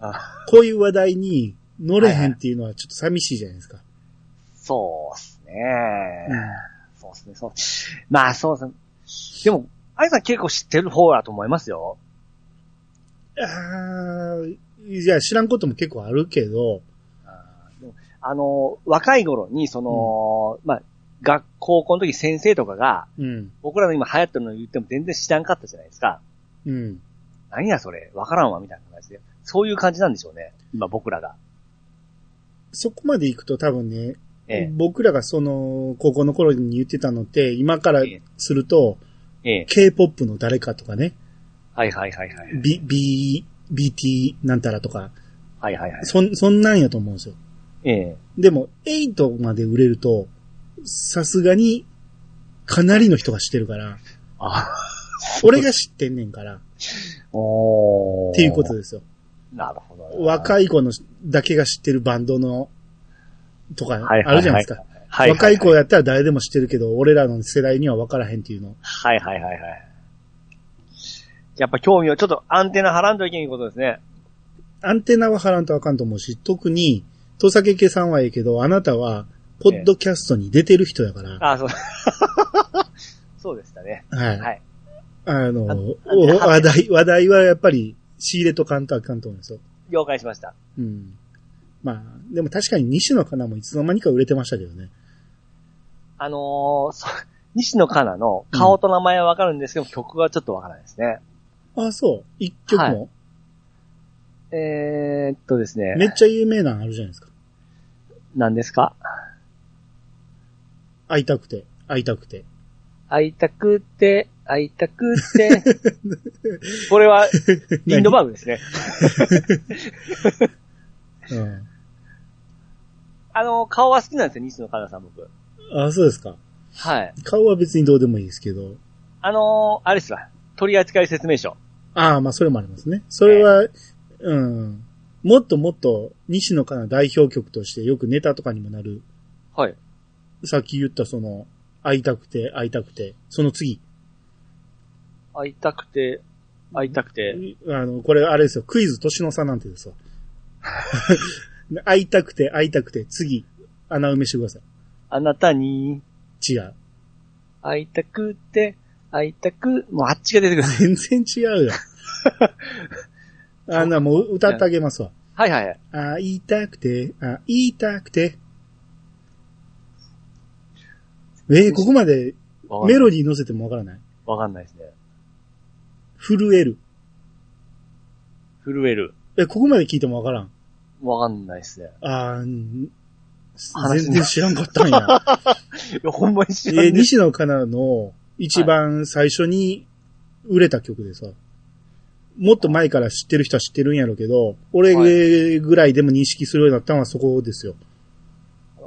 [SPEAKER 2] あ
[SPEAKER 1] こういう話題に乗れへんっていうのはちょっと寂しいじゃないですか。
[SPEAKER 2] そうですね。そうですね、そう。まあそうですね。でも、あいさん結構知ってる方だと思いますよ。
[SPEAKER 1] うん。ああ、いや、知らんことも結構あるけど、
[SPEAKER 2] あーでもあの、若い頃に、その、まあ、学校この時先生とかが、
[SPEAKER 1] うん、
[SPEAKER 2] 僕らの今流行ってるの言っても全然知らんかったじゃないですか。
[SPEAKER 1] うん。
[SPEAKER 2] 何やそれ、わからんわ、みたいな感じで。そういう感じなんでしょうね。今僕らが。
[SPEAKER 1] そこまで行くと多分ね、
[SPEAKER 2] え
[SPEAKER 1] 僕らがその、高校の頃に言ってたのって、今から
[SPEAKER 2] ええ
[SPEAKER 1] すると、
[SPEAKER 2] え、ええ。
[SPEAKER 1] K-POP の誰かとかね、
[SPEAKER 2] はいはいはいはい。
[SPEAKER 1] B、B、BT なんたらとか、
[SPEAKER 2] はいはいはい。
[SPEAKER 1] そん、そんなんやと思うんですよ。
[SPEAKER 2] ええ。
[SPEAKER 1] でも、8まで売れると、さすがに、かなりの人が知ってるから、
[SPEAKER 2] あ
[SPEAKER 1] 俺が知ってんねんから、っ
[SPEAKER 2] おー
[SPEAKER 1] ていうことですよ。
[SPEAKER 2] なるほど。
[SPEAKER 1] 若
[SPEAKER 2] い、
[SPEAKER 1] い子のだけが知ってるバンドの、とか、あ
[SPEAKER 2] はい
[SPEAKER 1] るじゃないですか。
[SPEAKER 2] はい、
[SPEAKER 1] 若い子
[SPEAKER 2] や。
[SPEAKER 1] やったら誰でも知ってるけど、俺らの世代には分からへんっていうの。
[SPEAKER 2] はいはいはいはい。やっぱ興味を、ちょっとアンテナ張らんといけないことですね。
[SPEAKER 1] アンテナは張らんとあかんと思うし、特に、戸崎家さんはええけど、あなたは、ポッドキャストに出てる人やから、
[SPEAKER 2] あ、そう。 そうでしたね。
[SPEAKER 1] はい。
[SPEAKER 2] はい
[SPEAKER 1] あの、
[SPEAKER 2] あ
[SPEAKER 1] お
[SPEAKER 2] あ
[SPEAKER 1] 話題、話題はやっぱり仕入れとかんとあかんと思うんですよ。
[SPEAKER 2] 了解しました。
[SPEAKER 1] うん。まあ、でも確かに西野カナもいつの間にか売れてましたけどね。
[SPEAKER 2] あのー、そ西野カナの顔と名前はわかるんですけど、曲はちょっとわからないですね。
[SPEAKER 1] ああ、そう。一曲も、
[SPEAKER 2] えー、っとですね。
[SPEAKER 1] めっちゃ有名なのあるじゃないですか。
[SPEAKER 2] 何ですか
[SPEAKER 1] 会いたくて、会いたくて。
[SPEAKER 2] 会いたくて、会いたくて。 これは、イ ンドバーグですね。
[SPEAKER 1] うん。
[SPEAKER 2] あの、顔は好きなんですよ、西野カナさん、僕。
[SPEAKER 1] ああ、そうですか。
[SPEAKER 2] はい。
[SPEAKER 1] 顔は別にどうでもいいですけど。
[SPEAKER 2] あのー、あれですわ。取扱説明書。
[SPEAKER 1] ああ、まあそれもありますね。それは、うん。もっともっと西野カナ代表曲としてよくネタとかにもなる。
[SPEAKER 2] はい。
[SPEAKER 1] さっき言ったその、会いたくて、会いたくて、その次。
[SPEAKER 2] 会いたくて、会いたくて。
[SPEAKER 1] あの、これあれですよ、クイズ年の差なんてですわ。 会いたくて、会いたくて、次、穴埋めしてくださ
[SPEAKER 2] あなたに、
[SPEAKER 1] い。違う。
[SPEAKER 2] 会いたくて、会いたく、もうあっちが出てくる。
[SPEAKER 1] 全然違うよ。あんなもう歌ってあげますわ。
[SPEAKER 2] はいはいはい。
[SPEAKER 1] 会いたくて、あ言いたくて。えーここまで
[SPEAKER 2] わかんない
[SPEAKER 1] メロディー乗せてもわからない
[SPEAKER 2] わかんないですね。
[SPEAKER 1] 震える。
[SPEAKER 2] 震える。
[SPEAKER 1] え、ここまで聞いてもわからん。
[SPEAKER 2] わかんないですね。
[SPEAKER 1] あーん
[SPEAKER 2] 話
[SPEAKER 1] 全然知らんかったんや。
[SPEAKER 2] いや、ほんまに知ら
[SPEAKER 1] えー
[SPEAKER 2] んです。
[SPEAKER 1] 西野カナの一番最初に売れた曲でさ、もっと前から知ってる人は知ってるんやろうけど、俺
[SPEAKER 2] は
[SPEAKER 1] ぐらいでも認識するようになったのはそこですよ。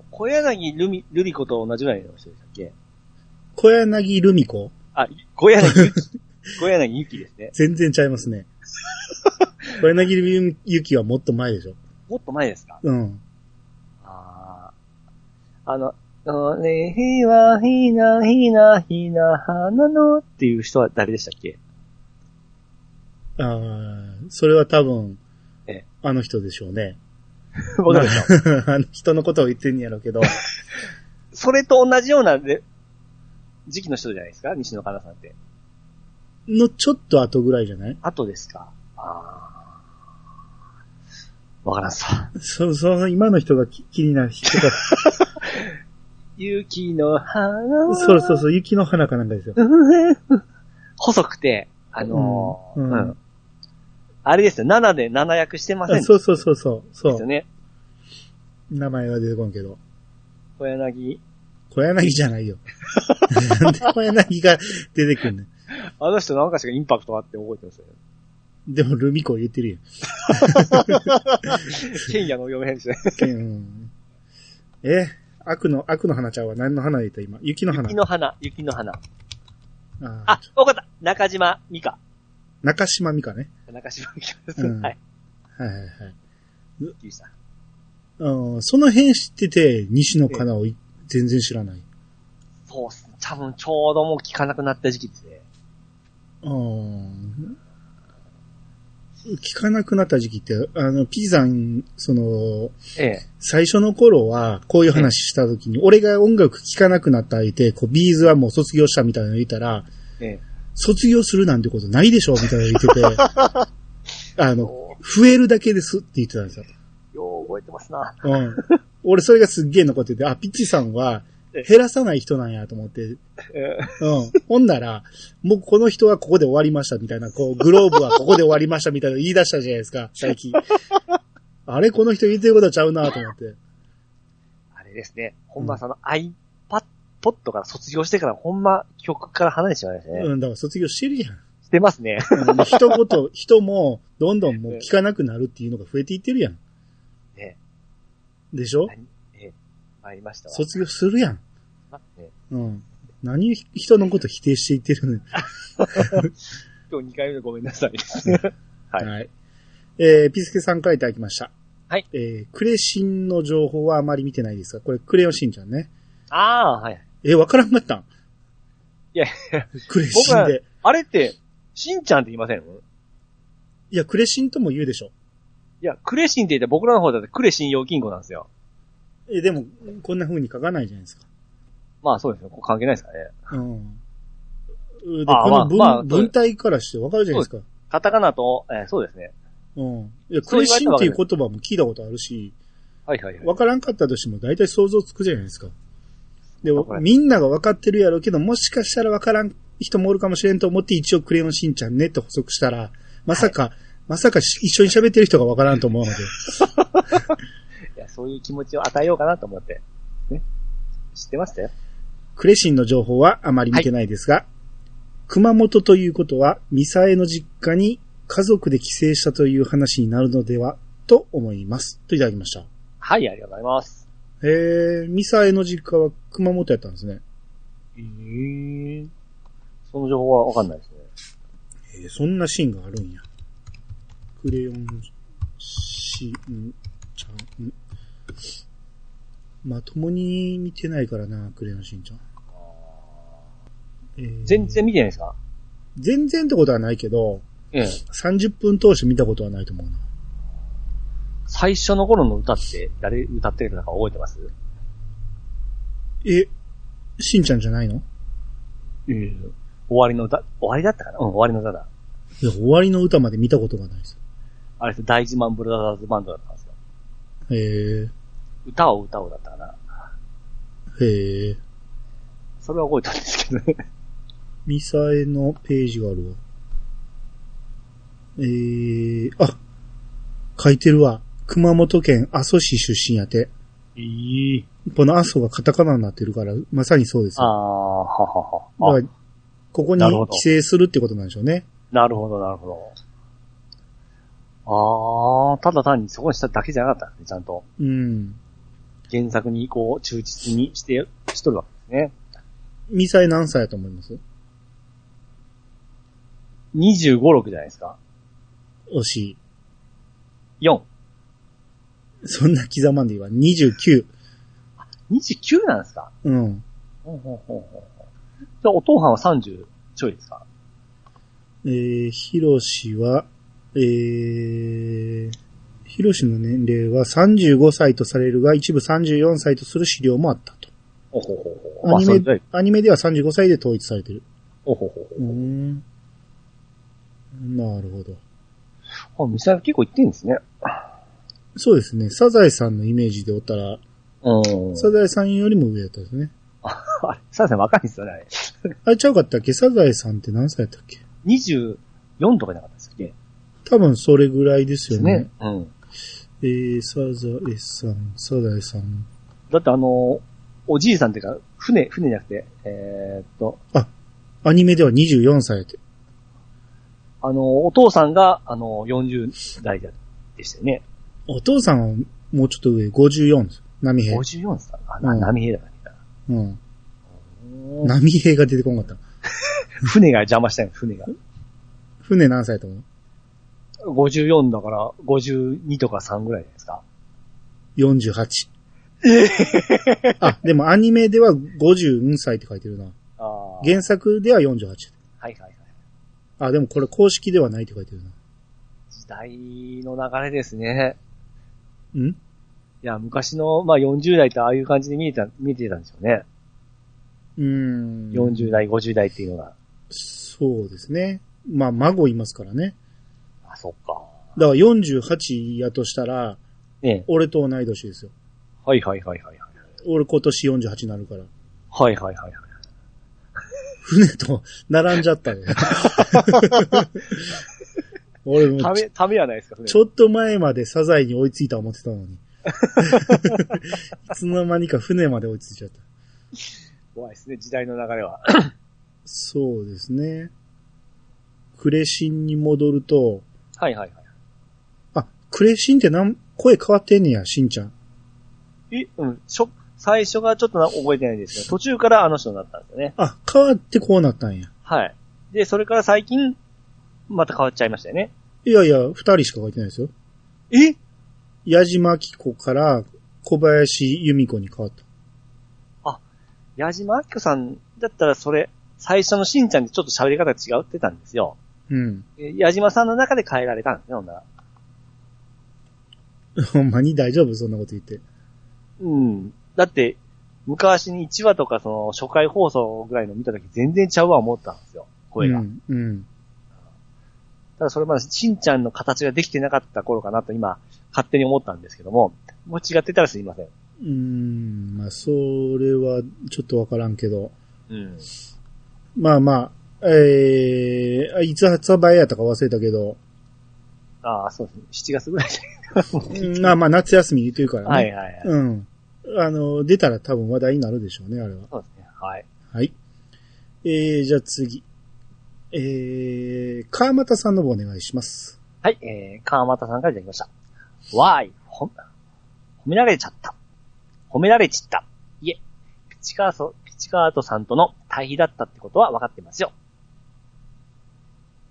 [SPEAKER 2] 小柳ルミ、ルリ子と同じぐらいの人でしたっけ
[SPEAKER 1] 小柳ルミ子
[SPEAKER 2] あ、小柳 ゆき。小柳ゆきですね。
[SPEAKER 1] 全然ちゃいます ね。小柳ルミ子はもっと前でしょ。
[SPEAKER 2] もっと前ですか
[SPEAKER 1] うん。
[SPEAKER 2] ああ。あの、あのね、ひわひなひなひな花のっていう人は誰でした っけ
[SPEAKER 1] あーそれは多分
[SPEAKER 2] ええ、
[SPEAKER 1] あの人でしょうね。
[SPEAKER 2] わかるでしょ
[SPEAKER 1] あの人のことを言ってんやろうけど、
[SPEAKER 2] それと同じようなレ時期の人じゃないですか西野カナさんって。
[SPEAKER 1] のちょっと後ぐらいじゃない
[SPEAKER 2] あとですかああ。わからんさ。
[SPEAKER 1] そ、そ、今の人がき気になる人 が、
[SPEAKER 2] 雪の花は
[SPEAKER 1] そうそうそう、雪の花かなんかですよ。
[SPEAKER 2] 細くて、あのー
[SPEAKER 1] う
[SPEAKER 2] うんん
[SPEAKER 1] うん
[SPEAKER 2] あれですよ、7で7役してません
[SPEAKER 1] あそうそうそうそう。そ
[SPEAKER 2] ですよ
[SPEAKER 1] う。
[SPEAKER 2] ね。
[SPEAKER 1] 名前は出てこんけど。
[SPEAKER 2] 小柳。
[SPEAKER 1] 小柳じゃないよ。 なんで小柳が出てくんねん。
[SPEAKER 2] あの人なんかしかインパクトあって覚えて ますよね。
[SPEAKER 1] でも、ルミ子言ってる
[SPEAKER 2] ケンヤの嫁編ですね。
[SPEAKER 1] やん。うん、え、悪の、悪の花ちゃうわ。何の花言った今。雪の花。
[SPEAKER 2] 雪の花、雪の花。
[SPEAKER 1] あ
[SPEAKER 2] あ、わかった中島美香。
[SPEAKER 1] 中島美香ね。
[SPEAKER 2] 中島美香です。
[SPEAKER 1] うん
[SPEAKER 2] はい。
[SPEAKER 1] はいはいはい。
[SPEAKER 2] びっくりした
[SPEAKER 1] うん、その辺知ってて、西野カナをい全然知らない。
[SPEAKER 2] そうっすね。多分ちょうどもう聞かなくなった時期ですね。
[SPEAKER 1] うん。聞かなくなった時期って、あの、P さん、その、
[SPEAKER 2] ええ。
[SPEAKER 1] 最初の頃は、こういう話した時に、俺が音楽聴かなくなった相手、こう、ビーズはもう卒業したみたいなの言ったら、
[SPEAKER 2] ええ。
[SPEAKER 1] 卒業するなんてことないでしょみたいなの言ってて、あの、
[SPEAKER 2] よ
[SPEAKER 1] 増えるだけですって言ってたんですよ。
[SPEAKER 2] う覚えてますな。
[SPEAKER 1] うん。俺それがすっげえ残ってて、あ、ピッチさんは
[SPEAKER 2] ええ
[SPEAKER 1] 減らさない人なんやと思って、うん。
[SPEAKER 2] え
[SPEAKER 1] ほんなら、もうこの人はここで終わりましたみたいな、こう、グローブはここで終わりましたみたいなの言い出したじゃないですか、最近。あれ、この人言ってることちゃうなと思って。
[SPEAKER 2] あれですね。ほんまその iPad、Pod から卒業してからほんま曲から離れてしまいましたね。
[SPEAKER 1] うん、だから卒業してるやん。
[SPEAKER 2] してますね。
[SPEAKER 1] うん一言、人も、どんどんもう聞かなくなるっていうのが増えていってるやん。
[SPEAKER 2] ね
[SPEAKER 1] でしょ
[SPEAKER 2] 参りましたわ。
[SPEAKER 1] 卒業するやん。
[SPEAKER 2] ね
[SPEAKER 1] うん。何人のこと否定していってるの、
[SPEAKER 2] 今日2回目でごめんなさい。はい
[SPEAKER 1] はい。えー、ピスケさんからいただきました。
[SPEAKER 2] はい。
[SPEAKER 1] えー、クレシンの情報はあまり見てないですが、これクレヨンしんちゃんね。
[SPEAKER 2] ああ、はい。
[SPEAKER 1] え、わからんかったん
[SPEAKER 2] いやいや、
[SPEAKER 1] クレシンで。
[SPEAKER 2] あれって、しんちゃんって言いません
[SPEAKER 1] いや、クレシンとも言うでしょ。
[SPEAKER 2] いや、クレシンって言って僕らの方だってクレシン用金庫なんですよ。
[SPEAKER 1] え、でも、こんな風に書かないじゃないですか。
[SPEAKER 2] まあそうですよ。こう関係ないですからね。
[SPEAKER 1] うん。で、
[SPEAKER 2] あ
[SPEAKER 1] この文,、
[SPEAKER 2] まあまあ
[SPEAKER 1] 文体からしてわかるじゃないですか。
[SPEAKER 2] カタカナと、えーそうですね。
[SPEAKER 1] うん。いや、ク
[SPEAKER 2] そう
[SPEAKER 1] レ
[SPEAKER 2] 言われ
[SPEAKER 1] シ
[SPEAKER 2] た
[SPEAKER 1] ン
[SPEAKER 2] ら
[SPEAKER 1] っていう言葉も聞いたことあるし、
[SPEAKER 2] はいはいはい。
[SPEAKER 1] わからんかったとしても大体想像つくじゃないですか。で
[SPEAKER 2] わか、る
[SPEAKER 1] みんながわかってるやろうけど、もしかしたらわからん人もおるかもしれんと思って一応クレヨンしんちゃんねって補足したら、まさか、まさかし一緒に喋ってる人がわからんと思うので、
[SPEAKER 2] いや、そういう気持ちを与えようかなと思って。ね。知ってましたよ。
[SPEAKER 1] クレシンの情報はあまり見てないですが、熊本ということは、ミサエの実家に家族で帰省したという話になるのでは、と思います。といただきました。
[SPEAKER 2] はい、ありがとうございます。
[SPEAKER 1] えー、ミサエの実家は熊本やったんですね。
[SPEAKER 2] ええその情報はわかんないですね。
[SPEAKER 1] えーそんなシーンがあるんや。クレヨンしんちゃん。まともに見てないからな、クレヨンしんちゃん。えー
[SPEAKER 2] 全然見てないですか
[SPEAKER 1] 全然ってことはないけど、
[SPEAKER 2] ええ。
[SPEAKER 1] 30分通して見たことはないと思うな。
[SPEAKER 2] 最初の頃の歌って、誰歌ってるのか覚えてます
[SPEAKER 1] え、しんちゃんじゃないの
[SPEAKER 2] ええ終わりの歌、終わりだったかなうん、終わりの歌だ。
[SPEAKER 1] いや、終わりの歌まで見たことがないです。
[SPEAKER 2] あれです、大自慢ブラザーズバンドだったんですよ。
[SPEAKER 1] へえ
[SPEAKER 2] 歌を歌おうだったかな。
[SPEAKER 1] ー、へえー。
[SPEAKER 2] それは覚えたんですけどね。
[SPEAKER 1] ミサエのページがあるわ。えー、あ、書いてるわ。熊本県阿蘇市出身やて。
[SPEAKER 2] いい。
[SPEAKER 1] この阿蘇がカタカナになってるから、まさにそうです
[SPEAKER 2] ああ
[SPEAKER 1] よ。、
[SPEAKER 2] はは
[SPEAKER 1] だか
[SPEAKER 2] は。あ
[SPEAKER 1] ら、ここに
[SPEAKER 2] なるほど
[SPEAKER 1] 帰省するってことなんでしょうね。
[SPEAKER 2] なるほど、なるほど。ああ、ただ単にそこにしただけじゃなかったんですね、ちゃんと。
[SPEAKER 1] うん。
[SPEAKER 2] 原作にこう、忠実にして、しとるわけですね。
[SPEAKER 1] ミサエ何歳やと思います
[SPEAKER 2] 25、6じゃないですか。
[SPEAKER 1] 惜しい。
[SPEAKER 2] 4。
[SPEAKER 1] そんな刻まんでいいわ。29。
[SPEAKER 2] 29なんですか
[SPEAKER 1] うん。
[SPEAKER 2] ほうほうほうほうじゃあ、お父さんは30ちょいですか
[SPEAKER 1] えー、ヒロシは、えー、ヒロシの年齢は35歳とされるが、一部34歳とする資料もあったと。
[SPEAKER 2] ほうほうほうほう。ま
[SPEAKER 1] ア
[SPEAKER 2] あ
[SPEAKER 1] ニ
[SPEAKER 2] それ
[SPEAKER 1] メ
[SPEAKER 2] ぐらい、
[SPEAKER 1] アニメでは35歳で統一されてる。
[SPEAKER 2] ほうほうほうほう。
[SPEAKER 1] ん。なるほど。
[SPEAKER 2] あ、ミサイル結構行ってんですね。
[SPEAKER 1] そうですね。サザエさんのイメージでおったら、
[SPEAKER 2] うん。
[SPEAKER 1] サザエさんよりも上だったんですね。
[SPEAKER 2] あれ、サザエさん若いんですよね、あれ。
[SPEAKER 1] あれちゃうかったっけサザエさんって何歳だったっけ
[SPEAKER 2] 24とかじゃなかったですっけ
[SPEAKER 1] 多分それぐらいですよね。。
[SPEAKER 2] うん。
[SPEAKER 1] えー、サザエさん、サザエさん。
[SPEAKER 2] だってあの、おじいさんっていうか、船、船じゃなくて、えーっと、
[SPEAKER 1] アニメでは24歳やって。
[SPEAKER 2] あの、お父さんが、あの、40代だでしたよね。
[SPEAKER 1] お父さんはもうちょっと上、54です。波平。
[SPEAKER 2] 54ですかあ、
[SPEAKER 1] う
[SPEAKER 2] なん波平だからね
[SPEAKER 1] うん。
[SPEAKER 2] うん
[SPEAKER 1] 波平が出てこなかった。
[SPEAKER 2] 船が邪魔したよ、船が。
[SPEAKER 1] 船何歳やと思う
[SPEAKER 2] 54だから、52とか3ぐらいじゃないですか。
[SPEAKER 1] ?48。あ、でもアニメでは54歳って書いてるな。
[SPEAKER 2] ああ。はい
[SPEAKER 1] 原作では48。
[SPEAKER 2] はいはい。
[SPEAKER 1] あ、でもこれ公式ではないって書いてる
[SPEAKER 2] 時代の流れですね。
[SPEAKER 1] な。ん
[SPEAKER 2] いや、昔の、まあ、40代ってああいう感じで見えた、見えてたんでしょうね。
[SPEAKER 1] うーん。
[SPEAKER 2] 40代、50代っていうのが。
[SPEAKER 1] そうですね。まあ、孫いますからね。
[SPEAKER 2] あ、そっか。
[SPEAKER 1] だから48やとしたら、
[SPEAKER 2] ねえ
[SPEAKER 1] 俺と同い年ですよ。
[SPEAKER 2] はいはいはいはいはい。
[SPEAKER 1] 俺今年48になるから。
[SPEAKER 2] はいはいはいはい。
[SPEAKER 1] 船と並んじゃったね。 俺も
[SPEAKER 2] ため、ためはないですか、それ
[SPEAKER 1] ちょっと前までサザエに追いついた思ってたの に。いつの間にか船まで追いついちゃった。
[SPEAKER 2] 怖いですね、時代の流れ は。
[SPEAKER 1] そうですね。クレシンに戻ると、
[SPEAKER 2] はいはいは
[SPEAKER 1] あ、クレシンってなん、声変わってんねや、しんちゃん。
[SPEAKER 2] い。え、うん、しょ、最初がちょっとな覚えてないんですけ ど、途中からあの人になったんですよね。
[SPEAKER 1] あ、変わってこうなったんや。
[SPEAKER 2] はい。で、それから最近、また変わっちゃいましたよね。
[SPEAKER 1] いやいや、二人しか書いてないですよ。
[SPEAKER 2] え
[SPEAKER 1] 矢島紀子から小林由美子に変わった。
[SPEAKER 2] 矢島明子さんだったらそれ、最初のしんちゃんでちょっと喋り方が違うってたんですよ。
[SPEAKER 1] うん。
[SPEAKER 2] え矢島さんの中で変えられたんですね、ほんなら。
[SPEAKER 1] ほんまに大丈夫そんなこと言って。
[SPEAKER 2] うん。だって、昔に1話とかその初回放送ぐらいの見た時全然ちゃうわ思ったんですよ、声が。
[SPEAKER 1] うん。うん。
[SPEAKER 2] ただそれまでしんちゃんの形ができてなかった頃かなと今、勝手に思ったんですけども、もう違ってたらすいません。
[SPEAKER 1] うーん、まあ、それはちょっとわからんけど。
[SPEAKER 2] うん。
[SPEAKER 1] まあまあ、えー、あいつ発売やったか忘れたけど、
[SPEAKER 2] ああ、そうですね。7月ぐらいで。
[SPEAKER 1] うんまあまあ夏休み言ってるからね。
[SPEAKER 2] はいはいはい。
[SPEAKER 1] うん。あの、出たら多分話題になるでしょうね、あれは。
[SPEAKER 2] そうですね。はい。
[SPEAKER 1] はい。えー、じゃあ次。えー、川又さんの方お願いします。
[SPEAKER 2] はい、えー、川又さんからいただきました。わーい、ほん、褒められちゃった。褒められちった。いえ、ピチカーソ、ピチカートさんとの対比だったってことは分かってますよ。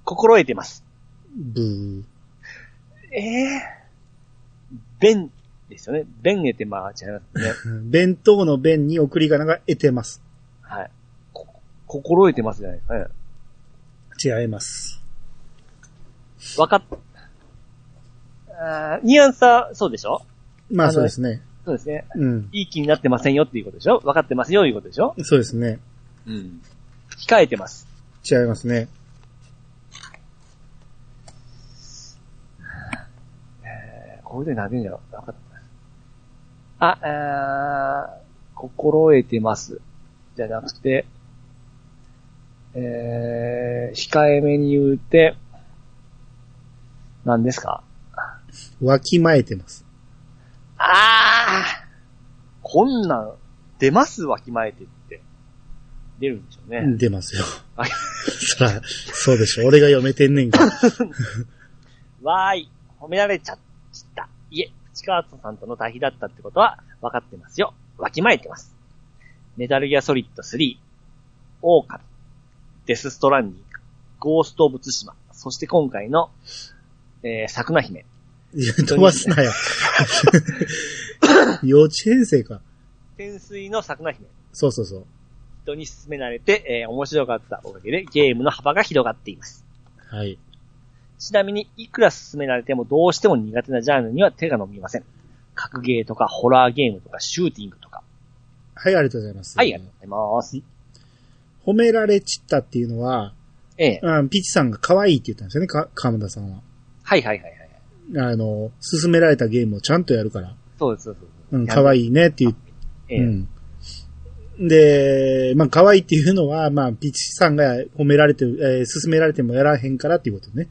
[SPEAKER 2] 心得てます。
[SPEAKER 1] ブー。
[SPEAKER 2] ええ弁ですよね。弁得てまあ違いますね。
[SPEAKER 1] 弁当の弁に送り仮名が得てます。
[SPEAKER 2] はい。こ心得てますじゃないですかね。
[SPEAKER 1] 違います。
[SPEAKER 2] 分かっ、あーニュアンスはそうでしょ
[SPEAKER 1] ま
[SPEAKER 2] あ
[SPEAKER 1] あ
[SPEAKER 2] の
[SPEAKER 1] そうですね。
[SPEAKER 2] そうですね。
[SPEAKER 1] うん。
[SPEAKER 2] いい気になってませんよっていうことでしょ分かってますよいうことでしょ
[SPEAKER 1] そうですね。
[SPEAKER 2] うん。控えてます。
[SPEAKER 1] 違いますね。
[SPEAKER 2] これで何て言うんだろう。分かった。あ、えー、心得てます。じゃなくて、えー、控えめに言うて、何ですか
[SPEAKER 1] わきまえてます。
[SPEAKER 2] あーこんなん、出ますわきまえてって。出るんでしょうね。
[SPEAKER 1] 出ますよ
[SPEAKER 2] あ。
[SPEAKER 1] そら、そうでしょ。俺が読めてんねん から。
[SPEAKER 2] わーい、褒められちゃった。いえ、プチカートさんとの対比だったってことは分かってますよ。わきまえてます。メタルギアソリッド3、オーカル、デスストランディング、ゴースト・オブ・ツシマ、そして今回の、えー、桜姫。
[SPEAKER 1] いや飛ばすなよ。 幼稚園生か。
[SPEAKER 2] 天水の桜姫。
[SPEAKER 1] そうそうそう。
[SPEAKER 2] 人に勧められて、えー、面白かったおかげでゲームの幅が広がっています。
[SPEAKER 1] はい。
[SPEAKER 2] ちなみに、いくら勧められてもどうしても苦手なジャンルには手が伸びません。格ゲーとか、ホラーゲームとか、シューティングとか。
[SPEAKER 1] はい、ありがとうございます。
[SPEAKER 2] はい、ありがとうございます。
[SPEAKER 1] 褒められちったっていうのは、
[SPEAKER 2] ええ。
[SPEAKER 1] うん、ピチさんが可愛いって言ったんですよね、か、川田さんは。
[SPEAKER 2] はいはいはいはい。
[SPEAKER 1] あの、勧められたゲームをちゃんとやるから。
[SPEAKER 2] そうです、そうです。
[SPEAKER 1] うん、可
[SPEAKER 2] い
[SPEAKER 1] 愛いねって言って
[SPEAKER 2] ええ
[SPEAKER 1] うん。で、まあ、可愛いっていうのは、まあ、ピチさんが褒められて、えー勧められてもやらへんからっていうこと ね。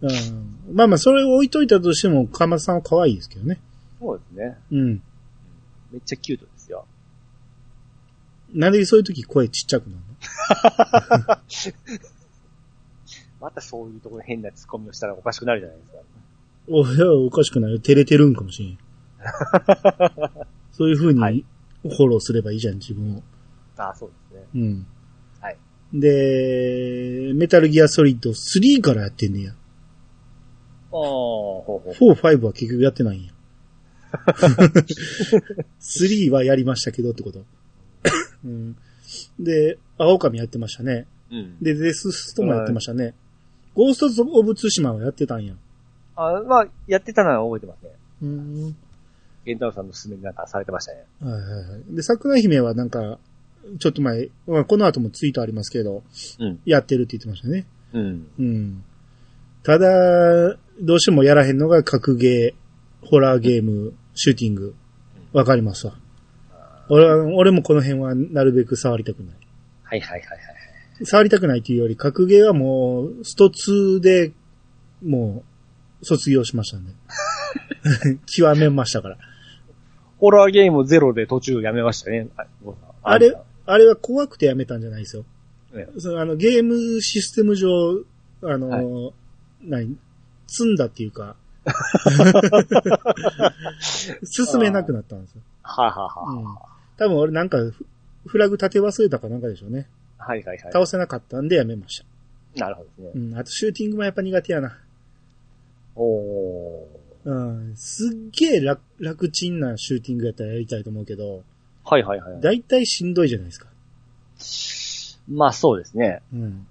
[SPEAKER 1] うん、まあまあ、それを置いといたとしても、川松さんは可愛いですけどね。
[SPEAKER 2] そうですね。
[SPEAKER 1] うん。
[SPEAKER 2] めっちゃキュートですよ。
[SPEAKER 1] なんでそういう時声ちっちゃくなるの
[SPEAKER 2] またそういうところで変なツッコミをしたらおかしくなるじゃないですか。
[SPEAKER 1] お部屋おかしくないよ。照れてるんかもしれん。そういう風
[SPEAKER 2] は
[SPEAKER 1] にフォローすればいいじゃん、自分を。
[SPEAKER 2] ああ、そうですね。
[SPEAKER 1] うん。
[SPEAKER 2] はい。
[SPEAKER 1] で、メタルギアソリッド3からやってんねや。
[SPEAKER 2] ああ、ほうほう。
[SPEAKER 1] 4、5は結局やってないんや。3はやりましたけどってこと。うん、で、青髪やってましたね。
[SPEAKER 2] うん。
[SPEAKER 1] で、デスストもやってましたね。ゴースト・オブ・ツシマはやってたんや。
[SPEAKER 2] あまあ、やってたのは覚えてますね。
[SPEAKER 1] うん。
[SPEAKER 2] ゲンタロウさんの勧めになんかされてましたね。
[SPEAKER 1] はいはいはい。で、桜姫はなんか、ちょっと前、まあ、この後もツイートありますけど、
[SPEAKER 2] うん
[SPEAKER 1] やってるって言ってましたね。
[SPEAKER 2] うん。
[SPEAKER 1] うん。ただ、どうしてもやらへんのが格ゲー、ホラーゲーム、シューティング。わかりますわ。俺は、俺もこの辺はなるべく触りたくない。
[SPEAKER 2] はいはいはいはい。
[SPEAKER 1] 触りたくないというより、格ゲーはもう、スト2で、もう、卒業しましたね。 極めましたから。
[SPEAKER 2] ホラーゲームゼロで途中やめましたね。あゴーさん
[SPEAKER 1] あれあれは怖くてやめたんじゃないですよ
[SPEAKER 2] え。
[SPEAKER 1] そのあのゲームシステム上、あの、
[SPEAKER 2] は
[SPEAKER 1] 何積んだっていう か、進めなくなったんですよ。
[SPEAKER 2] はあ、はあは
[SPEAKER 1] うん、多分俺なんかフ、フラグ立て忘れたかなんかでしょうね。
[SPEAKER 2] あ、はいはいはい。
[SPEAKER 1] 倒せなかったんでやめました。
[SPEAKER 2] なるほどですね。
[SPEAKER 1] うん、あとシューティングもやっぱ苦手やな。
[SPEAKER 2] おー。
[SPEAKER 1] うん、すっげえ楽、楽ちんなシューティングやったらやりたいと思うけど、
[SPEAKER 2] はいはいはい。
[SPEAKER 1] だいたいしんどいじゃないですか。
[SPEAKER 2] まあそうですね。
[SPEAKER 1] うん。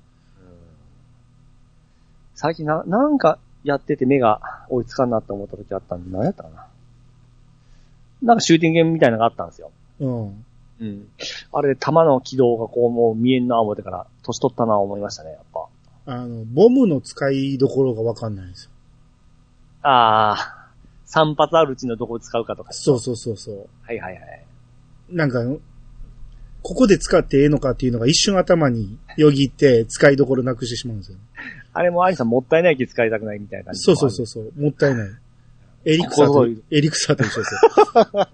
[SPEAKER 2] 最近な、なんかやってて目が追いつかんなって思った時あったんで、何やったかな。なんかシューティングゲームみたいなのがあったんですよ。
[SPEAKER 1] うん。
[SPEAKER 2] うん。あれ、弾の軌道がこうもう見えんな思ってから、年取ったな思いましたね、やっぱ。
[SPEAKER 1] あの、ボムの使いどころがわかんないんですよ。
[SPEAKER 2] ああ、三発あるうちのどこ使うかとか。
[SPEAKER 1] そうそうそうそう。
[SPEAKER 2] はいはいはい。
[SPEAKER 1] なんか、ここで使ってええのかっていうのが一瞬頭によぎって使いどころなくしてしまうんですよ。
[SPEAKER 2] あれもアリさんもったいない気使いたくないみたいな感じ。。
[SPEAKER 1] そうそうそううそう。もったい ない。エリクサーと
[SPEAKER 2] 心折、
[SPEAKER 1] エリクサーと一緒ですよ。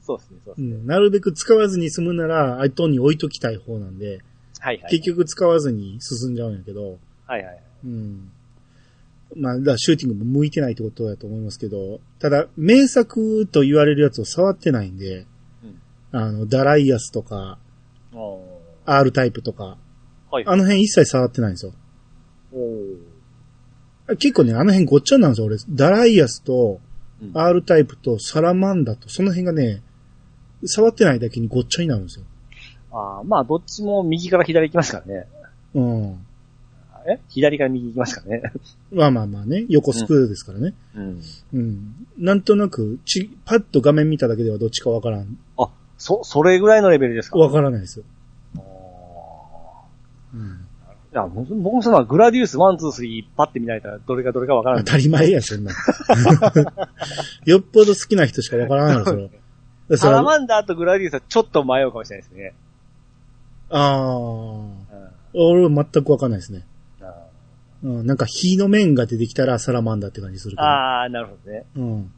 [SPEAKER 2] そうですね、そ
[SPEAKER 1] う
[SPEAKER 2] うですね。
[SPEAKER 1] ん。なるべく使わずに済むなら、後に置いときたい方なんで、
[SPEAKER 2] はいはい。
[SPEAKER 1] 結。局使わずに進んじゃうんやけど、
[SPEAKER 2] はいはいはい。
[SPEAKER 1] うん。まあ、だからシューティングも向いてないってことだと思いますけど、ただ、名作と言われるやつを触ってないんで、
[SPEAKER 2] うん
[SPEAKER 1] あの、ダライアスとか、
[SPEAKER 2] おー
[SPEAKER 1] R タイプとか、
[SPEAKER 2] はいは
[SPEAKER 1] あ
[SPEAKER 2] い。
[SPEAKER 1] の辺一切触ってないんですよ。
[SPEAKER 2] おー
[SPEAKER 1] 結構ね、あの辺ごっちゃになるんですよ、俺。ダライアスと
[SPEAKER 2] うん、
[SPEAKER 1] R タイプとサラマンダと、その辺がね、触ってないだけにごっちゃになるんですよ。
[SPEAKER 2] あーまあ、どっちも右から左行きますからね。
[SPEAKER 1] うん。
[SPEAKER 2] え左から右行きますからね。
[SPEAKER 1] まあまあまあね、横スクールですからね。
[SPEAKER 2] うん。
[SPEAKER 1] うん。なんとなく、ち、パッと画面見ただけではどっちかわからん。
[SPEAKER 2] そ、それぐらいのレベルですか
[SPEAKER 1] わからないですよ。
[SPEAKER 2] あー
[SPEAKER 1] うん。
[SPEAKER 2] いや、僕僕もそのグラディウス1、2、3パって見られたらどれがどれかわから
[SPEAKER 1] 当
[SPEAKER 2] ん。
[SPEAKER 1] たり前や、 そんな。よっぽど好きな人しかわからないの、それは。だか
[SPEAKER 2] サ
[SPEAKER 1] ら
[SPEAKER 2] ラマンダーとグラディウスはちょっと迷うかもしれないですね。
[SPEAKER 1] ああ。
[SPEAKER 2] うんうん
[SPEAKER 1] 俺は全くわかんないですね。うん、なんか火の面が出てきたらサラマンダって感じするけど。
[SPEAKER 2] あー、なるほどね。
[SPEAKER 1] うん。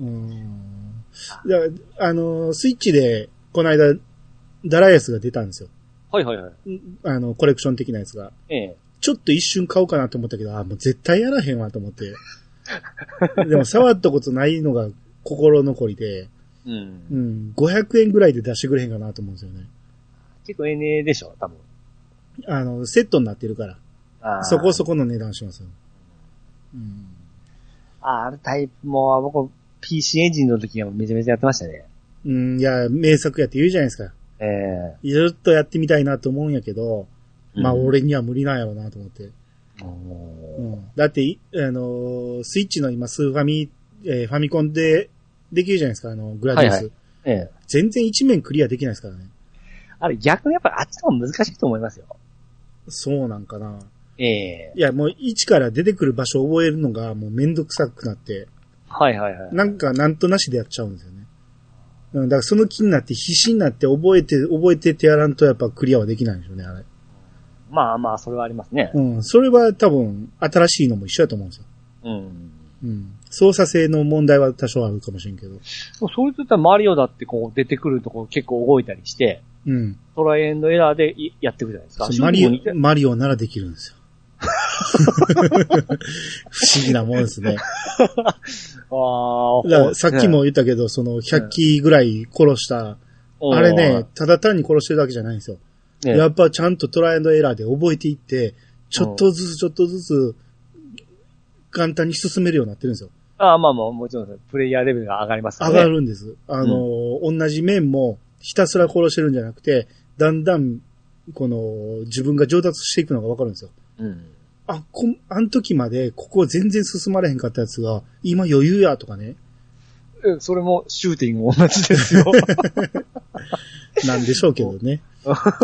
[SPEAKER 1] うん。だあのー、スイッチで、この間、ダライアスが出たんですよ。
[SPEAKER 2] はいはいはい。
[SPEAKER 1] あの、コレクション的なやつが。
[SPEAKER 2] ええ。
[SPEAKER 1] ちょっと一瞬買おうかなと思ったけど、あ、もう絶対やらへんわと思って。 でも触ったことないのが心残りで、
[SPEAKER 2] う。
[SPEAKER 1] うんん、500円ぐらいで出してくれへんかなと思うんですよね。
[SPEAKER 2] 結構 NA でしょ、多分。
[SPEAKER 1] あの、セットになってるから、
[SPEAKER 2] あー
[SPEAKER 1] そこそこの値段しますよ。うん。
[SPEAKER 2] あー、タイプも、僕、PC エンジンの時はめちゃめちゃやってましたね。
[SPEAKER 1] うん、いや、名作やって言うじゃないですか。
[SPEAKER 2] ええ。
[SPEAKER 1] ずっとやってみたいなと思うんやけど、まあ
[SPEAKER 2] うん。
[SPEAKER 1] 俺には無理なんやろうなと思って。
[SPEAKER 2] お
[SPEAKER 1] う
[SPEAKER 2] ー
[SPEAKER 1] ん、だってい、あのースイッチの今スーファミ、えーファミコンでできるじゃないですか、あの、グラディウス。
[SPEAKER 2] はいはええ。
[SPEAKER 1] 全然一面クリアできないですからね。
[SPEAKER 2] あれ逆にやっぱりあっちの方が難しいと思いますよ。
[SPEAKER 1] そうなんかな。
[SPEAKER 2] ええ。
[SPEAKER 1] いや、もう一から出てくる場所を覚えるのがもうめんどくさくなって、
[SPEAKER 2] はいはいはい。
[SPEAKER 1] なんかなんとなしでやっちゃうんですよね。うん、だからその気になって必死になって覚えて、覚えてってやらんとやっぱクリアはできないんでしょうね、あれ。
[SPEAKER 2] まあまあ、それはありますね。
[SPEAKER 1] うん、それは多分新しいのも一緒だと思うんですよ。
[SPEAKER 2] うん。
[SPEAKER 1] うん。操作性の問題は多少あるかもしれんけど。
[SPEAKER 2] そうそれといったらマリオだってこう出てくるとこ結構動いたりして、
[SPEAKER 1] うん。
[SPEAKER 2] トライエンドエラーでいやっていくじゃないですか
[SPEAKER 1] そう。マリ
[SPEAKER 2] シューティ
[SPEAKER 1] オ、
[SPEAKER 2] ング
[SPEAKER 1] マリオならできるん ですよ。不思議なもんです ね。
[SPEAKER 2] ああ、
[SPEAKER 1] だからさっきも言ったけど、その100機ぐらい殺した、
[SPEAKER 2] うん、
[SPEAKER 1] あれね、ただ単に殺してるだけじゃないんですよ。
[SPEAKER 2] うん、
[SPEAKER 1] やっぱちゃんとトライアンドエラーで覚えていって、ちょっとずつちょっとずつ、簡単に進めるようになってるんですよ。
[SPEAKER 2] ああ、まあまあ、もちろん、プレイヤーレベルが上がりますから
[SPEAKER 1] 上
[SPEAKER 2] ね。
[SPEAKER 1] がるんです。あのー、同じ面もひたすら殺してるんじゃなくて、だんだん、この、自分が上達していくのがわかるんですよ。
[SPEAKER 2] うん。
[SPEAKER 1] あ、こん、あの時まで、ここ全然進まれへんかったやつが、今余裕やとかね、
[SPEAKER 2] えそれも、シューティングも同じです よ。
[SPEAKER 1] なんでしょうけどね。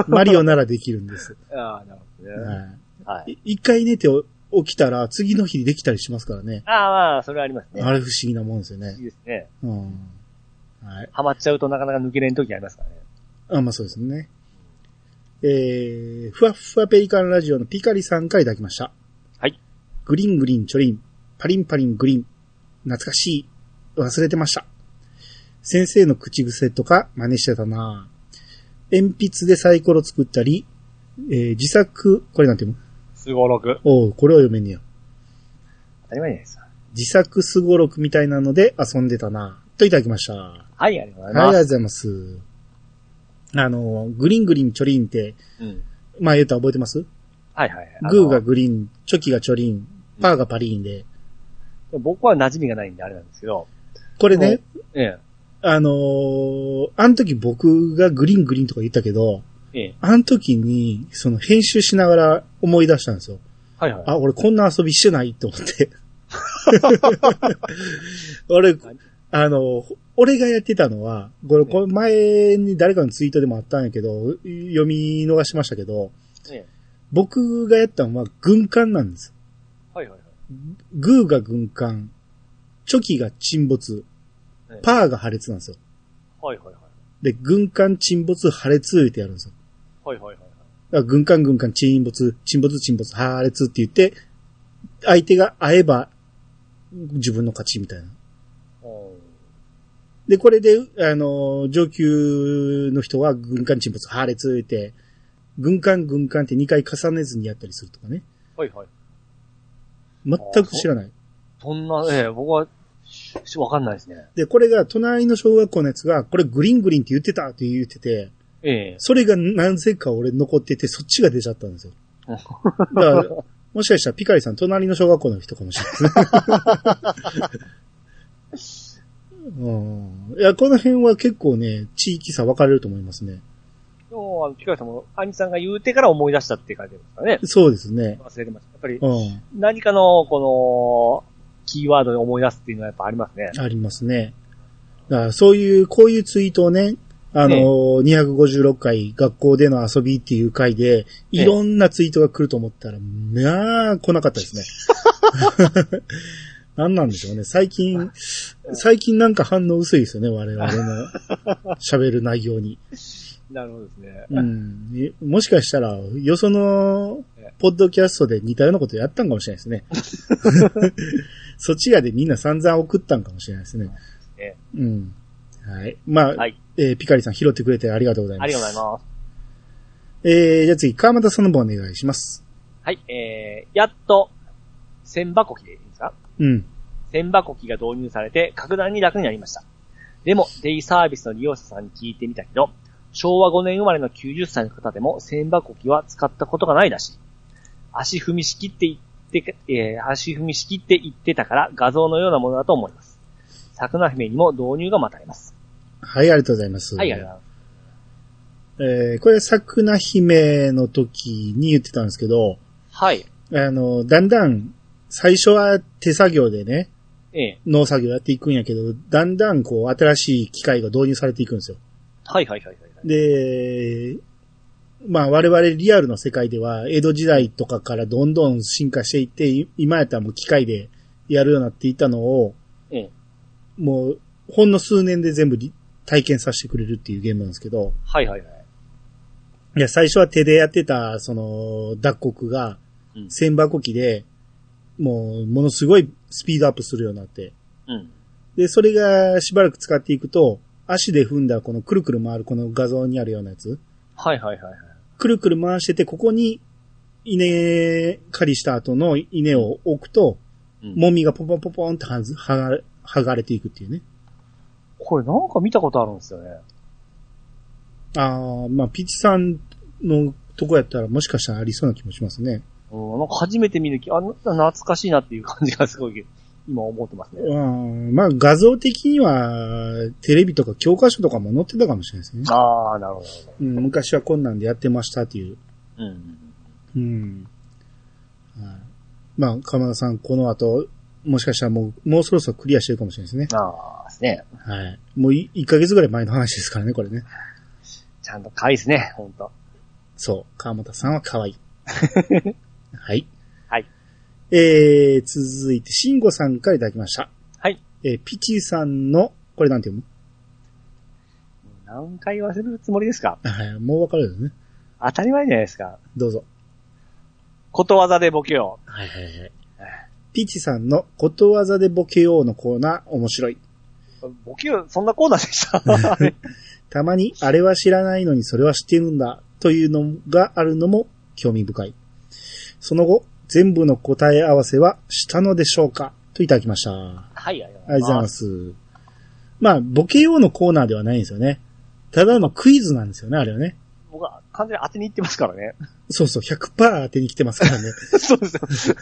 [SPEAKER 1] マリオならできるんです。
[SPEAKER 2] ああ、なるほどね。
[SPEAKER 1] は
[SPEAKER 2] はい。
[SPEAKER 1] いい一回寝て起きたら、次の日にできたりしますからね。
[SPEAKER 2] ああ、まあ、それはありますね。
[SPEAKER 1] あれ不思議なもんですよ
[SPEAKER 2] い
[SPEAKER 1] ね
[SPEAKER 2] い。ですね。
[SPEAKER 1] うん。はい。
[SPEAKER 2] ハマっちゃうとなかなか抜けれん時ありますからね。
[SPEAKER 1] あ、まあそうですね。えー、ふわっふわペリカンラジオのピカリさんからいただきました。
[SPEAKER 2] はい。
[SPEAKER 1] グリングリンチョリン、パリンパリングリン、懐かしい、忘れてました。先生の口癖とか真似してたな鉛筆でサイコロ作ったり、えー自作、これなんていうの
[SPEAKER 2] すごろく。
[SPEAKER 1] おうこれを読めんねや。
[SPEAKER 2] 当たり前じゃないですか。
[SPEAKER 1] 自作すごろくみたいなので遊んでたなといただきました。
[SPEAKER 2] はい、ありがとうご
[SPEAKER 1] あ
[SPEAKER 2] ざ
[SPEAKER 1] り
[SPEAKER 2] い
[SPEAKER 1] がと
[SPEAKER 2] ま
[SPEAKER 1] う
[SPEAKER 2] す。
[SPEAKER 1] ございます。あの、グリングリンチョリンって、
[SPEAKER 2] うん。
[SPEAKER 1] まあ言うたら覚えてます
[SPEAKER 2] はいはいはい。あの
[SPEAKER 1] グーがグリーン、チョキがチョリン、パーがパリーンで。
[SPEAKER 2] 僕は馴染みがないんであれなんですけど、
[SPEAKER 1] これね、
[SPEAKER 2] ええ、
[SPEAKER 1] あのー、あの時僕がグリーングリーンとか言ったけど、
[SPEAKER 2] ええ、
[SPEAKER 1] あの時に、その編集しながら思い出したんですよ。
[SPEAKER 2] はいはい。
[SPEAKER 1] あ、俺こんな遊びしてないと思って。 俺、あの、俺がやってたのは、これ、これ前に誰かのツイートでもあったんやけど、読み逃しましたけど、
[SPEAKER 2] ええ、
[SPEAKER 1] 僕がやったのは軍艦なんです。
[SPEAKER 2] はいはいはい。
[SPEAKER 1] グーが軍艦、チョキが沈没
[SPEAKER 2] ええ、
[SPEAKER 1] パーが破裂なんですよ。
[SPEAKER 2] はいはいはい。
[SPEAKER 1] で、軍艦沈没破裂ってやるんですよ。
[SPEAKER 2] はいはいはい。
[SPEAKER 1] だから軍艦軍艦沈没、沈没沈没破裂って言って、相手が会えば自分の勝ちみたいな。
[SPEAKER 2] おー
[SPEAKER 1] で、これで、あの、上級の人は軍艦沈没破裂って、軍艦軍艦って2回重ねずにやったりするとかね。
[SPEAKER 2] はいはい。
[SPEAKER 1] 全く知らない。
[SPEAKER 2] そんな、ええ、僕は、しわかんないですね。
[SPEAKER 1] で、これが隣の小学校のやつが、これグリングリンって言ってたって言ってて、
[SPEAKER 2] ええ。
[SPEAKER 1] それが何故か俺残ってて、そっちが出ちゃったんですよ。だから、もしかしたらピカリさん隣の小学校の人かもしれないですね。 うん、いや、この辺は結構ね、地域差分かれると思いますね。
[SPEAKER 2] でも、あの、ピカリさんも、アニさんが言うてから思い出したって書いてあるんですからね。
[SPEAKER 1] そうですね。
[SPEAKER 2] 忘れてました。やっぱり、
[SPEAKER 1] うん。
[SPEAKER 2] 何かの、この、キーワードで思い出すっていうのはやっぱありますね。
[SPEAKER 1] ありますね。だからそういう、こういうツイートをね、あの
[SPEAKER 2] ええ
[SPEAKER 1] 256回学校での遊びっていう回で、いろんなツイートが来ると思ったら、まあ、来なかった ですね。何なんでしょうね。最近、最近なんか反応薄いですよね、我々 の喋る内容に。
[SPEAKER 2] なるほどですね。
[SPEAKER 1] うん、えもしかしたら、よその、ポッドキャストで似たようなことやったんかもしれないですね。 そっちらでみんな散々送ったんかもしれないですね
[SPEAKER 2] え。
[SPEAKER 1] うん。はい。まあ、
[SPEAKER 2] はい
[SPEAKER 1] えーピカリさん拾ってくれてありがとうござい
[SPEAKER 2] あ
[SPEAKER 1] ま
[SPEAKER 2] り
[SPEAKER 1] す。
[SPEAKER 2] がとうございます。
[SPEAKER 1] えー、じゃあ次、川又さんの方お願いします。
[SPEAKER 2] はい、えー、やっと、千箱機でいいですか
[SPEAKER 1] うん。
[SPEAKER 2] 千箱機が導入されて、格段に楽になりました。でも、デイサービスの利用者さんに聞いてみたけど、昭和5年生まれの90歳の方でも千箱機は使ったことがないらしい。足踏みしきっていって、えー足踏みしきって言ってたから画像のようなものだと思います。桜姫にも導入が待たれます。
[SPEAKER 1] はい、ありがとうございます。
[SPEAKER 2] はい、ありがとうございます。
[SPEAKER 1] えー、これ、桜姫の時に言ってたんですけど、
[SPEAKER 2] はい。
[SPEAKER 1] あの、だんだん、最初は手作業でね、
[SPEAKER 2] ええ。
[SPEAKER 1] 農作業やっていくんやけど、だんだんこう、新しい機械が導入されていくんですよ。
[SPEAKER 2] はいはいはいはいはい。
[SPEAKER 1] で、まあ我々リアルの世界では、江戸時代とかからどんどん進化していって、い今やったらもう機械でやるようになっていたのを、
[SPEAKER 2] ええ。
[SPEAKER 1] もうほんの数年で全部り体験させてくれるっていうゲームなんですけど、
[SPEAKER 2] はいはいはい。
[SPEAKER 1] いや、最初は手でやってた、その、脱穀が
[SPEAKER 2] うん、
[SPEAKER 1] 千箱機で、もう、ものすごいスピードアップするようになって、
[SPEAKER 2] うん。
[SPEAKER 1] で、それがしばらく使っていくと、足で踏んだこのくるくる回るこの画像にあるようなやつ、
[SPEAKER 2] はいはいはいはい。
[SPEAKER 1] くるくる回してて、ここに稲刈りした後の稲を置くと、
[SPEAKER 2] うん
[SPEAKER 1] もみがポンポンポンポンってはずはが剥がれていくっていうね。
[SPEAKER 2] これなんか見たことあるんですよね。
[SPEAKER 1] ああ、まあ、ピチさんのとこやったらもしかしたらありそうな気もしますね。
[SPEAKER 2] うん、なんか初めて見る気、あ、な懐かしいなっていう感じがすごい、今思ってますね。
[SPEAKER 1] うん、まあ、画像的には、テレビとか教科書とかも載ってたかもしれないですね。
[SPEAKER 2] ああ、なるほど。
[SPEAKER 1] うん、昔はこんなんでやってましたっていう。
[SPEAKER 2] うん。
[SPEAKER 1] うん。はい、まあ、鎌田さん、この後、もしかしたらもう、もうそろそろクリアしてるかもしれないですね。
[SPEAKER 2] ああ、ですね。
[SPEAKER 1] はい。もうい1ヶ月ぐらい前の話ですからね、これね。
[SPEAKER 2] ちゃんと可愛いですね、ほんと。
[SPEAKER 1] そう。川本さんは可 愛い。はい。
[SPEAKER 2] はい。
[SPEAKER 1] えー、続いて、慎吾さんからいただきました。
[SPEAKER 2] はい。
[SPEAKER 1] えー、ピチさんの、これなんて読
[SPEAKER 2] 何回言わせるつもりですか
[SPEAKER 1] むはい。もうわかるよね。
[SPEAKER 2] 当たり前じゃないですか。
[SPEAKER 1] どうぞ。
[SPEAKER 2] ことわざでボケよ
[SPEAKER 1] はいはいはい。ピチさんのことわざでボケようのコーナー面白い。
[SPEAKER 2] う。ボケよう、そんなコーナー でした。あれ
[SPEAKER 1] たまにあれは知らないのにそれは知ってるんだというのがあるのも興味深い。その後、全部の答え合わせはしたのでしょうかといただきました。
[SPEAKER 2] はい、ありがとう
[SPEAKER 1] ありがとう
[SPEAKER 2] ご
[SPEAKER 1] ご
[SPEAKER 2] ざ
[SPEAKER 1] ざ
[SPEAKER 2] い
[SPEAKER 1] い
[SPEAKER 2] ま。
[SPEAKER 1] ますす。まあ、ボケ用のコーナーではないんですよね。ただのクイズなんですよね、あれはね。
[SPEAKER 2] 僕は、完全に当てに行ってますからね。
[SPEAKER 1] そうそう、100%当てに来てますからね。
[SPEAKER 2] そうですよ。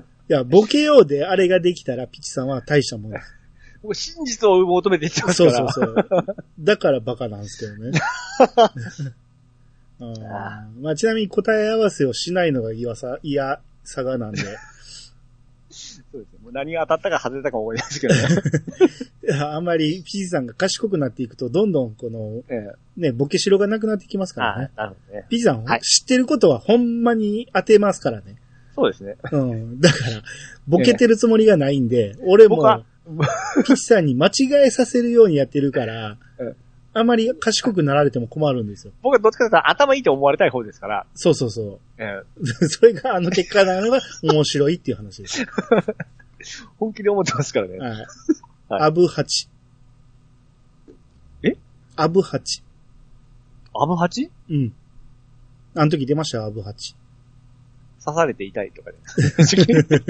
[SPEAKER 1] いや、ボケようであれができたら、ピチさんは大したもんです。
[SPEAKER 2] 僕真実を求めていってます
[SPEAKER 1] そ
[SPEAKER 2] か
[SPEAKER 1] う
[SPEAKER 2] ら。
[SPEAKER 1] そう そう。だからバカなんですけどね。うんまあ、ちなみに答え合わせをしないのが嫌さ、嫌さが なんで。
[SPEAKER 2] そうですよもう何が当たったか外れたかも覚えてないですけどね。
[SPEAKER 1] いやあんまり、ピチさんが賢くなっていくと、どんどんこの、
[SPEAKER 2] え
[SPEAKER 1] ね、ボケしろがなくなってきます
[SPEAKER 2] え
[SPEAKER 1] からね。
[SPEAKER 2] なるほどね。
[SPEAKER 1] ピチさん、
[SPEAKER 2] はい
[SPEAKER 1] 知ってることはほんまに当てますからね。
[SPEAKER 2] そうですね。
[SPEAKER 1] うん。だ から、ボケてるつもりがないんで、俺
[SPEAKER 2] 僕
[SPEAKER 1] も
[SPEAKER 2] は、
[SPEAKER 1] ピチさんに間違えさせるようにやってるから
[SPEAKER 2] うん、
[SPEAKER 1] あまり賢くなられても困るんですよ。
[SPEAKER 2] 僕はどっちかというと頭いいと思われたい方ですから。
[SPEAKER 1] そうそうそ
[SPEAKER 2] ええ
[SPEAKER 1] う。 それがあの結果なのが面白いっていう話です。
[SPEAKER 2] 本気で思ってますからね。
[SPEAKER 1] はい。
[SPEAKER 2] はい
[SPEAKER 1] アブハチ。
[SPEAKER 2] え
[SPEAKER 1] アブハチ。
[SPEAKER 2] アブハチ
[SPEAKER 1] うん。あの時出ましたよアブハチ。
[SPEAKER 2] 刺されて痛いとかで。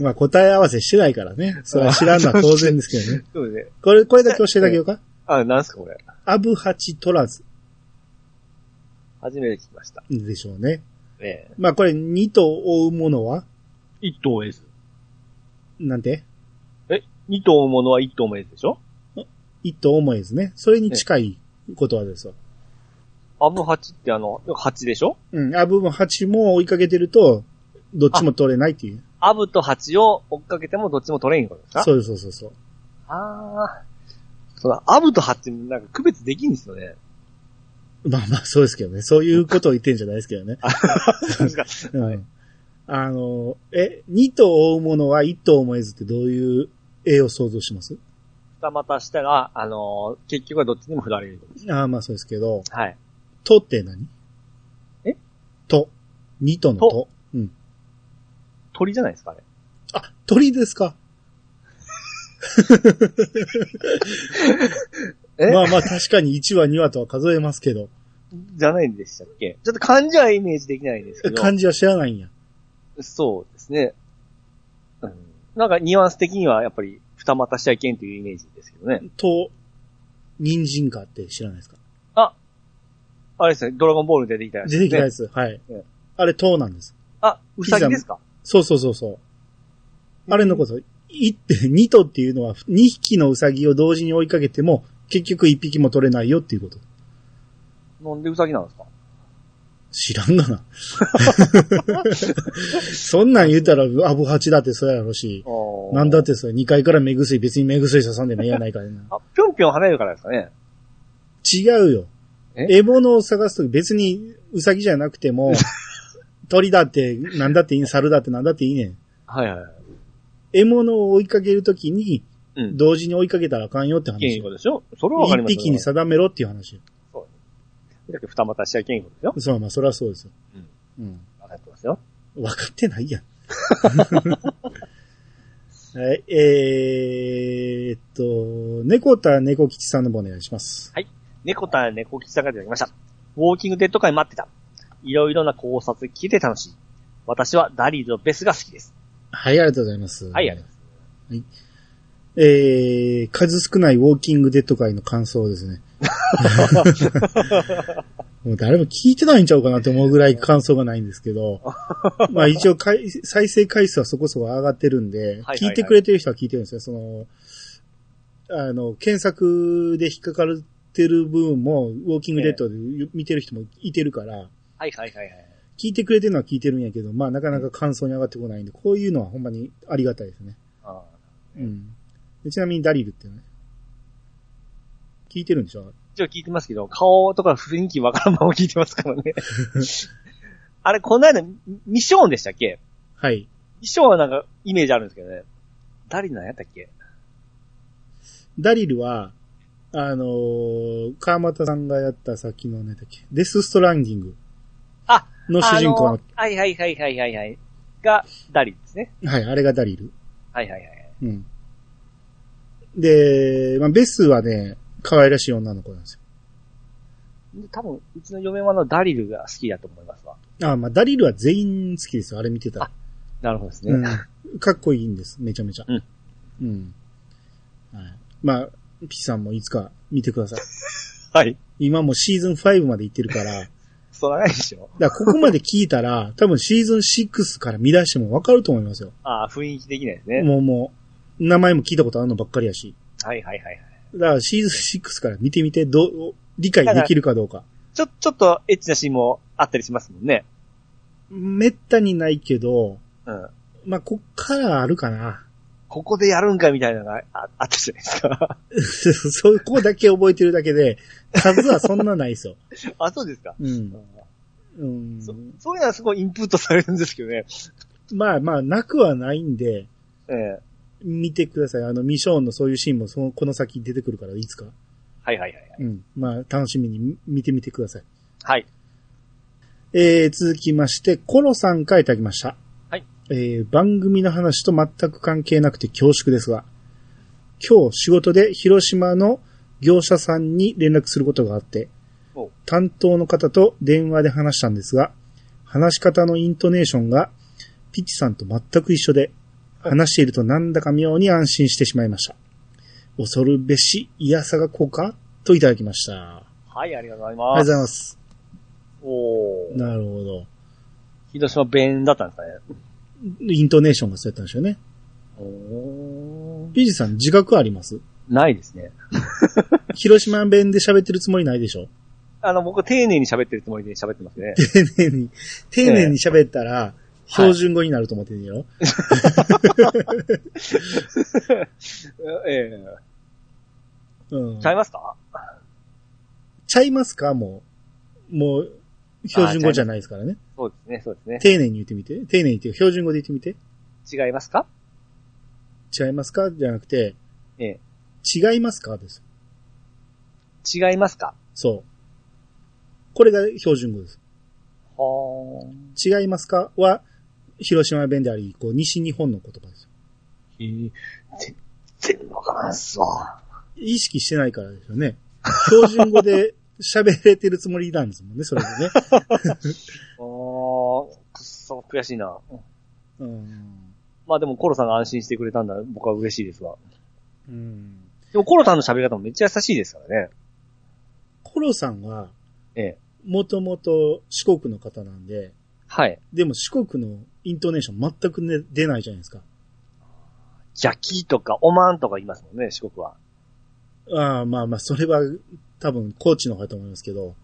[SPEAKER 1] まあ答え合わせしてないから ね。それは知らんのは当然ですけどね。
[SPEAKER 2] そうですね。
[SPEAKER 1] これ、これだけ教えてあげようか。
[SPEAKER 2] あ、なんすかこれ。
[SPEAKER 1] アブハチ取らず
[SPEAKER 2] 初めて聞きました。
[SPEAKER 1] でしょうね。
[SPEAKER 2] ええ。
[SPEAKER 1] まあこれ2と追うものは
[SPEAKER 2] 一等目です。
[SPEAKER 1] なんて
[SPEAKER 2] え二等ものは一等目でしょ
[SPEAKER 1] ?1 と思えずね。それに近い言葉ですわ。
[SPEAKER 2] アブハチってあの、ハチでしょ
[SPEAKER 1] うん。アブもハチも追いかけてると、どっちも取れないっていう。
[SPEAKER 2] アブとハチを追っかけてもどっちも取れんことですか
[SPEAKER 1] そうそうそうそう。
[SPEAKER 2] ああ。そうだ、アブとハチもなんか区別できんですよね。
[SPEAKER 1] まあまあ、そうですけどね。そういうことを言ってんじゃないですけ どね。うん
[SPEAKER 2] はい
[SPEAKER 1] あの、え、二と追うものは一と思えずってどういう絵を想像します
[SPEAKER 2] 二股したら、あのー結局はどっちにも振られる。
[SPEAKER 1] ああ、まあそうですけど、
[SPEAKER 2] はい。
[SPEAKER 1] とって何
[SPEAKER 2] え
[SPEAKER 1] と。二とのと
[SPEAKER 2] と。鳥じゃないですかね。
[SPEAKER 1] あ、鳥ですか。
[SPEAKER 2] え
[SPEAKER 1] まあまあ確かに1話2話とは数えますけど、
[SPEAKER 2] じゃないんでしたっけちょっと漢字はイメージできないんですけど。
[SPEAKER 1] 漢字は知らないんや。
[SPEAKER 2] そうですね。うん。なんかニュアンス的にはやっぱり二股しちゃいけんというイメージですけどね。
[SPEAKER 1] と、人参かって知らないですか
[SPEAKER 2] あれですね、ドラゴンボールに出てきたやつ、
[SPEAKER 1] 出
[SPEAKER 2] ね。
[SPEAKER 1] てきたやつ。はい
[SPEAKER 2] うん。
[SPEAKER 1] あれ、となんです。
[SPEAKER 2] あ、ウサギですか
[SPEAKER 1] そうそうそうそう。あれのこと、一って、二とっていうのは、二匹のウサギを同時に追いかけても、結局一匹も取れないよっていうこと。
[SPEAKER 2] なんでウサギなんですか
[SPEAKER 1] 知らんがな。 そんなん言うたら、アブハチだってそうやろし、
[SPEAKER 2] あ
[SPEAKER 1] なんだっ。てそう、二階から目薬、別に目薬ささんでもええやないかいな。
[SPEAKER 2] あ、ぴょんぴょん跳ねるからですかね。
[SPEAKER 1] 違うよ。
[SPEAKER 2] え
[SPEAKER 1] 獲物を探すとき別にウサギじゃなくて も、鳥だって、なんだっていいねん、猿だってなんだっていいねん。
[SPEAKER 2] はいはいはい。
[SPEAKER 1] 獲物を追いかけるときに、
[SPEAKER 2] うん。
[SPEAKER 1] 同時に追いかけたらあかんよって
[SPEAKER 2] いけん
[SPEAKER 1] 話
[SPEAKER 2] いいこ
[SPEAKER 1] よ。
[SPEAKER 2] とでしょそれはわかり
[SPEAKER 1] 一
[SPEAKER 2] ます
[SPEAKER 1] 匹に定めろっていう話よ。
[SPEAKER 2] だけど二股しちゃいけんいいことでしょ
[SPEAKER 1] そう、まあ、それはそうですよ。うん。
[SPEAKER 2] わかってますよ。
[SPEAKER 1] 分かってない やん。はい、えーっと、猫田猫吉さんの方お願いします。
[SPEAKER 2] 猫た猫吉さんがいただきました。ウォーキングデッド会待ってた。いろいろな考察聞いて楽しい。私はダリルとベスが好きです。
[SPEAKER 1] はい、ありがとうございます。
[SPEAKER 2] はい、ありがとう
[SPEAKER 1] えー、数少ないウォーキングデッド会の感想です ね。もう誰も聞いてないんちゃうかなって思うぐらい感想がないんですけ ど、まあ一応回再生回数はそこそこ上がってるんで、
[SPEAKER 2] はい
[SPEAKER 1] 聞いてくれてる人は聞いてるんですよ。その、あの、検索で引っかかってる部分も、ウォーキングデッドで見てる人もいてるから、
[SPEAKER 2] はいはいはいはい。
[SPEAKER 1] 聞いてくれてるのは聞いてるんやけど、まあなかなか感想に上がってこないんで、こういうのはほんまにありがたいですね。
[SPEAKER 2] あ
[SPEAKER 1] うん。でちなみにダリルってね、聞いてるんでしょ
[SPEAKER 2] 一応聞いてますけど、顔とか雰囲気わからんま ま聞いてますから ね。あれ、この間、ミミショーンでしたっけ
[SPEAKER 1] はい。
[SPEAKER 2] ミショーンはなんかイメージあるんですけどね。ダリルなんやったっけ
[SPEAKER 1] ダリルは、あのー、川又さんがやった先のね、だっけ、デスストランディング。
[SPEAKER 2] あ
[SPEAKER 1] の主人公
[SPEAKER 2] あ
[SPEAKER 1] の
[SPEAKER 2] の、はいはいはいはいはいはい。が、ダリルですね。
[SPEAKER 1] はい、あれがダリル。
[SPEAKER 2] はいはいはい。
[SPEAKER 1] うん。で、まあ、ベスはね、可愛らしい女の子なんです
[SPEAKER 2] で多分、うちの嫁はあのダリルが好きだと思いますわ。
[SPEAKER 1] よ。あまあ、ダリルは全員好きですよ、あれ見てたら。
[SPEAKER 2] なるほどですね。
[SPEAKER 1] うん。かっこいいんです、めちゃめちゃ。
[SPEAKER 2] うん。
[SPEAKER 1] うん。はい、まあ、ピチさんもいつか見てください。
[SPEAKER 2] はい。
[SPEAKER 1] 今もうシーズン5まで行ってるから、
[SPEAKER 2] そらないでしょ。
[SPEAKER 1] だからここまで聞いたら、多分シーズン6から見出してもわかると思いますよ。
[SPEAKER 2] ああ、雰囲気的なですね。
[SPEAKER 1] もうもう、名前も聞いたことあるのばっかりやし。
[SPEAKER 2] はいはいはいはい。
[SPEAKER 1] だからシーズン6から見てみて、どう、理解できるかどうか。
[SPEAKER 2] ちょ、ちょっとエッチなシーンもあったりしますもんね。
[SPEAKER 1] めったにないけど、
[SPEAKER 2] うん。
[SPEAKER 1] まあ、こっからあるかな。
[SPEAKER 2] ここでやるんかみたいなのがああったじゃないですか。
[SPEAKER 1] そこだけ覚えてるだけで、数はそんなないですよ。
[SPEAKER 2] あ、そうですか。
[SPEAKER 1] うん。う
[SPEAKER 2] そ
[SPEAKER 1] ん、
[SPEAKER 2] そういうのはすごいインプットされるんですけどね。
[SPEAKER 1] まあまあ、なくはないんで、
[SPEAKER 2] ええ
[SPEAKER 1] 見てください。あの、ミショーンのそういうシーンもその、この先出てくるから、いつか。
[SPEAKER 2] はいはいはいはい。
[SPEAKER 1] うん。まあ、楽しみに見見てみてください。
[SPEAKER 2] はい。
[SPEAKER 1] えー、続きまして、コロさんからいただきました。
[SPEAKER 2] はい。
[SPEAKER 1] えー、番組の話と全く関係なくて恐縮ですが、今日仕事で広島の業者さんに連絡することがあって
[SPEAKER 2] お、
[SPEAKER 1] 担当の方と電話で話したんですが、話し方のイントネーションが、ピッチさんと全く一緒で、話しているとなんだか妙に安心してしまいました。恐るべし、嫌さがこうかといただきました。あ
[SPEAKER 2] はい、ありがとうござい
[SPEAKER 1] りがとう
[SPEAKER 2] ま
[SPEAKER 1] ご
[SPEAKER 2] す。
[SPEAKER 1] ざいます。
[SPEAKER 2] おー。
[SPEAKER 1] なるほど。広
[SPEAKER 2] 広島弁だったんですかね。
[SPEAKER 1] イントネーションがそうやったんでしょうね。
[SPEAKER 2] おー。
[SPEAKER 1] ピジさん自覚あります
[SPEAKER 2] ないですね。
[SPEAKER 1] 広島弁で喋ってるつもりないでしょ
[SPEAKER 2] あの、僕丁寧に喋ってるつもりで喋ってます ね。
[SPEAKER 1] 丁寧に、丁寧に喋ったら、標準語になると思ってるよ。
[SPEAKER 2] ええ
[SPEAKER 1] うん。
[SPEAKER 2] ちゃいますか
[SPEAKER 1] ちゃいますかもう、もう、標準語じゃないですからね。
[SPEAKER 2] そうですね、そうです
[SPEAKER 1] 丁寧に言ってみて。丁寧に言って、標準語で言ってみて。
[SPEAKER 2] ね。違いますか
[SPEAKER 1] 違いますかじゃなくて、
[SPEAKER 2] ええ
[SPEAKER 1] 違いますかです。
[SPEAKER 2] 違いますか
[SPEAKER 1] そう。これが標準語です。
[SPEAKER 2] はー。
[SPEAKER 1] 違いますかは、広島弁であり、こう、西日本の言葉です。
[SPEAKER 2] えー、全然わからんっすわ。
[SPEAKER 1] 意識してないからですよね。標準語で喋れてるつもりなんですもんね、それでね。
[SPEAKER 2] おー、くっそ、悔しいな。うん
[SPEAKER 1] うん。
[SPEAKER 2] まあでもコロさんが安心してくれたんだら僕は嬉しいですわ。
[SPEAKER 1] うん。
[SPEAKER 2] でもコロさんの喋り方もめっちゃ優しいですからね。
[SPEAKER 1] コロさんは、
[SPEAKER 2] ええ。
[SPEAKER 1] もともと四国の方なんで、
[SPEAKER 2] はい。
[SPEAKER 1] でも四国のイントネーション全く、ね、出ないじゃないですか。
[SPEAKER 2] ジャキーとかオマーンとか言いますもんね、四国は。
[SPEAKER 1] ああ、まあまあ、それは多分高知の方だと思いますけど。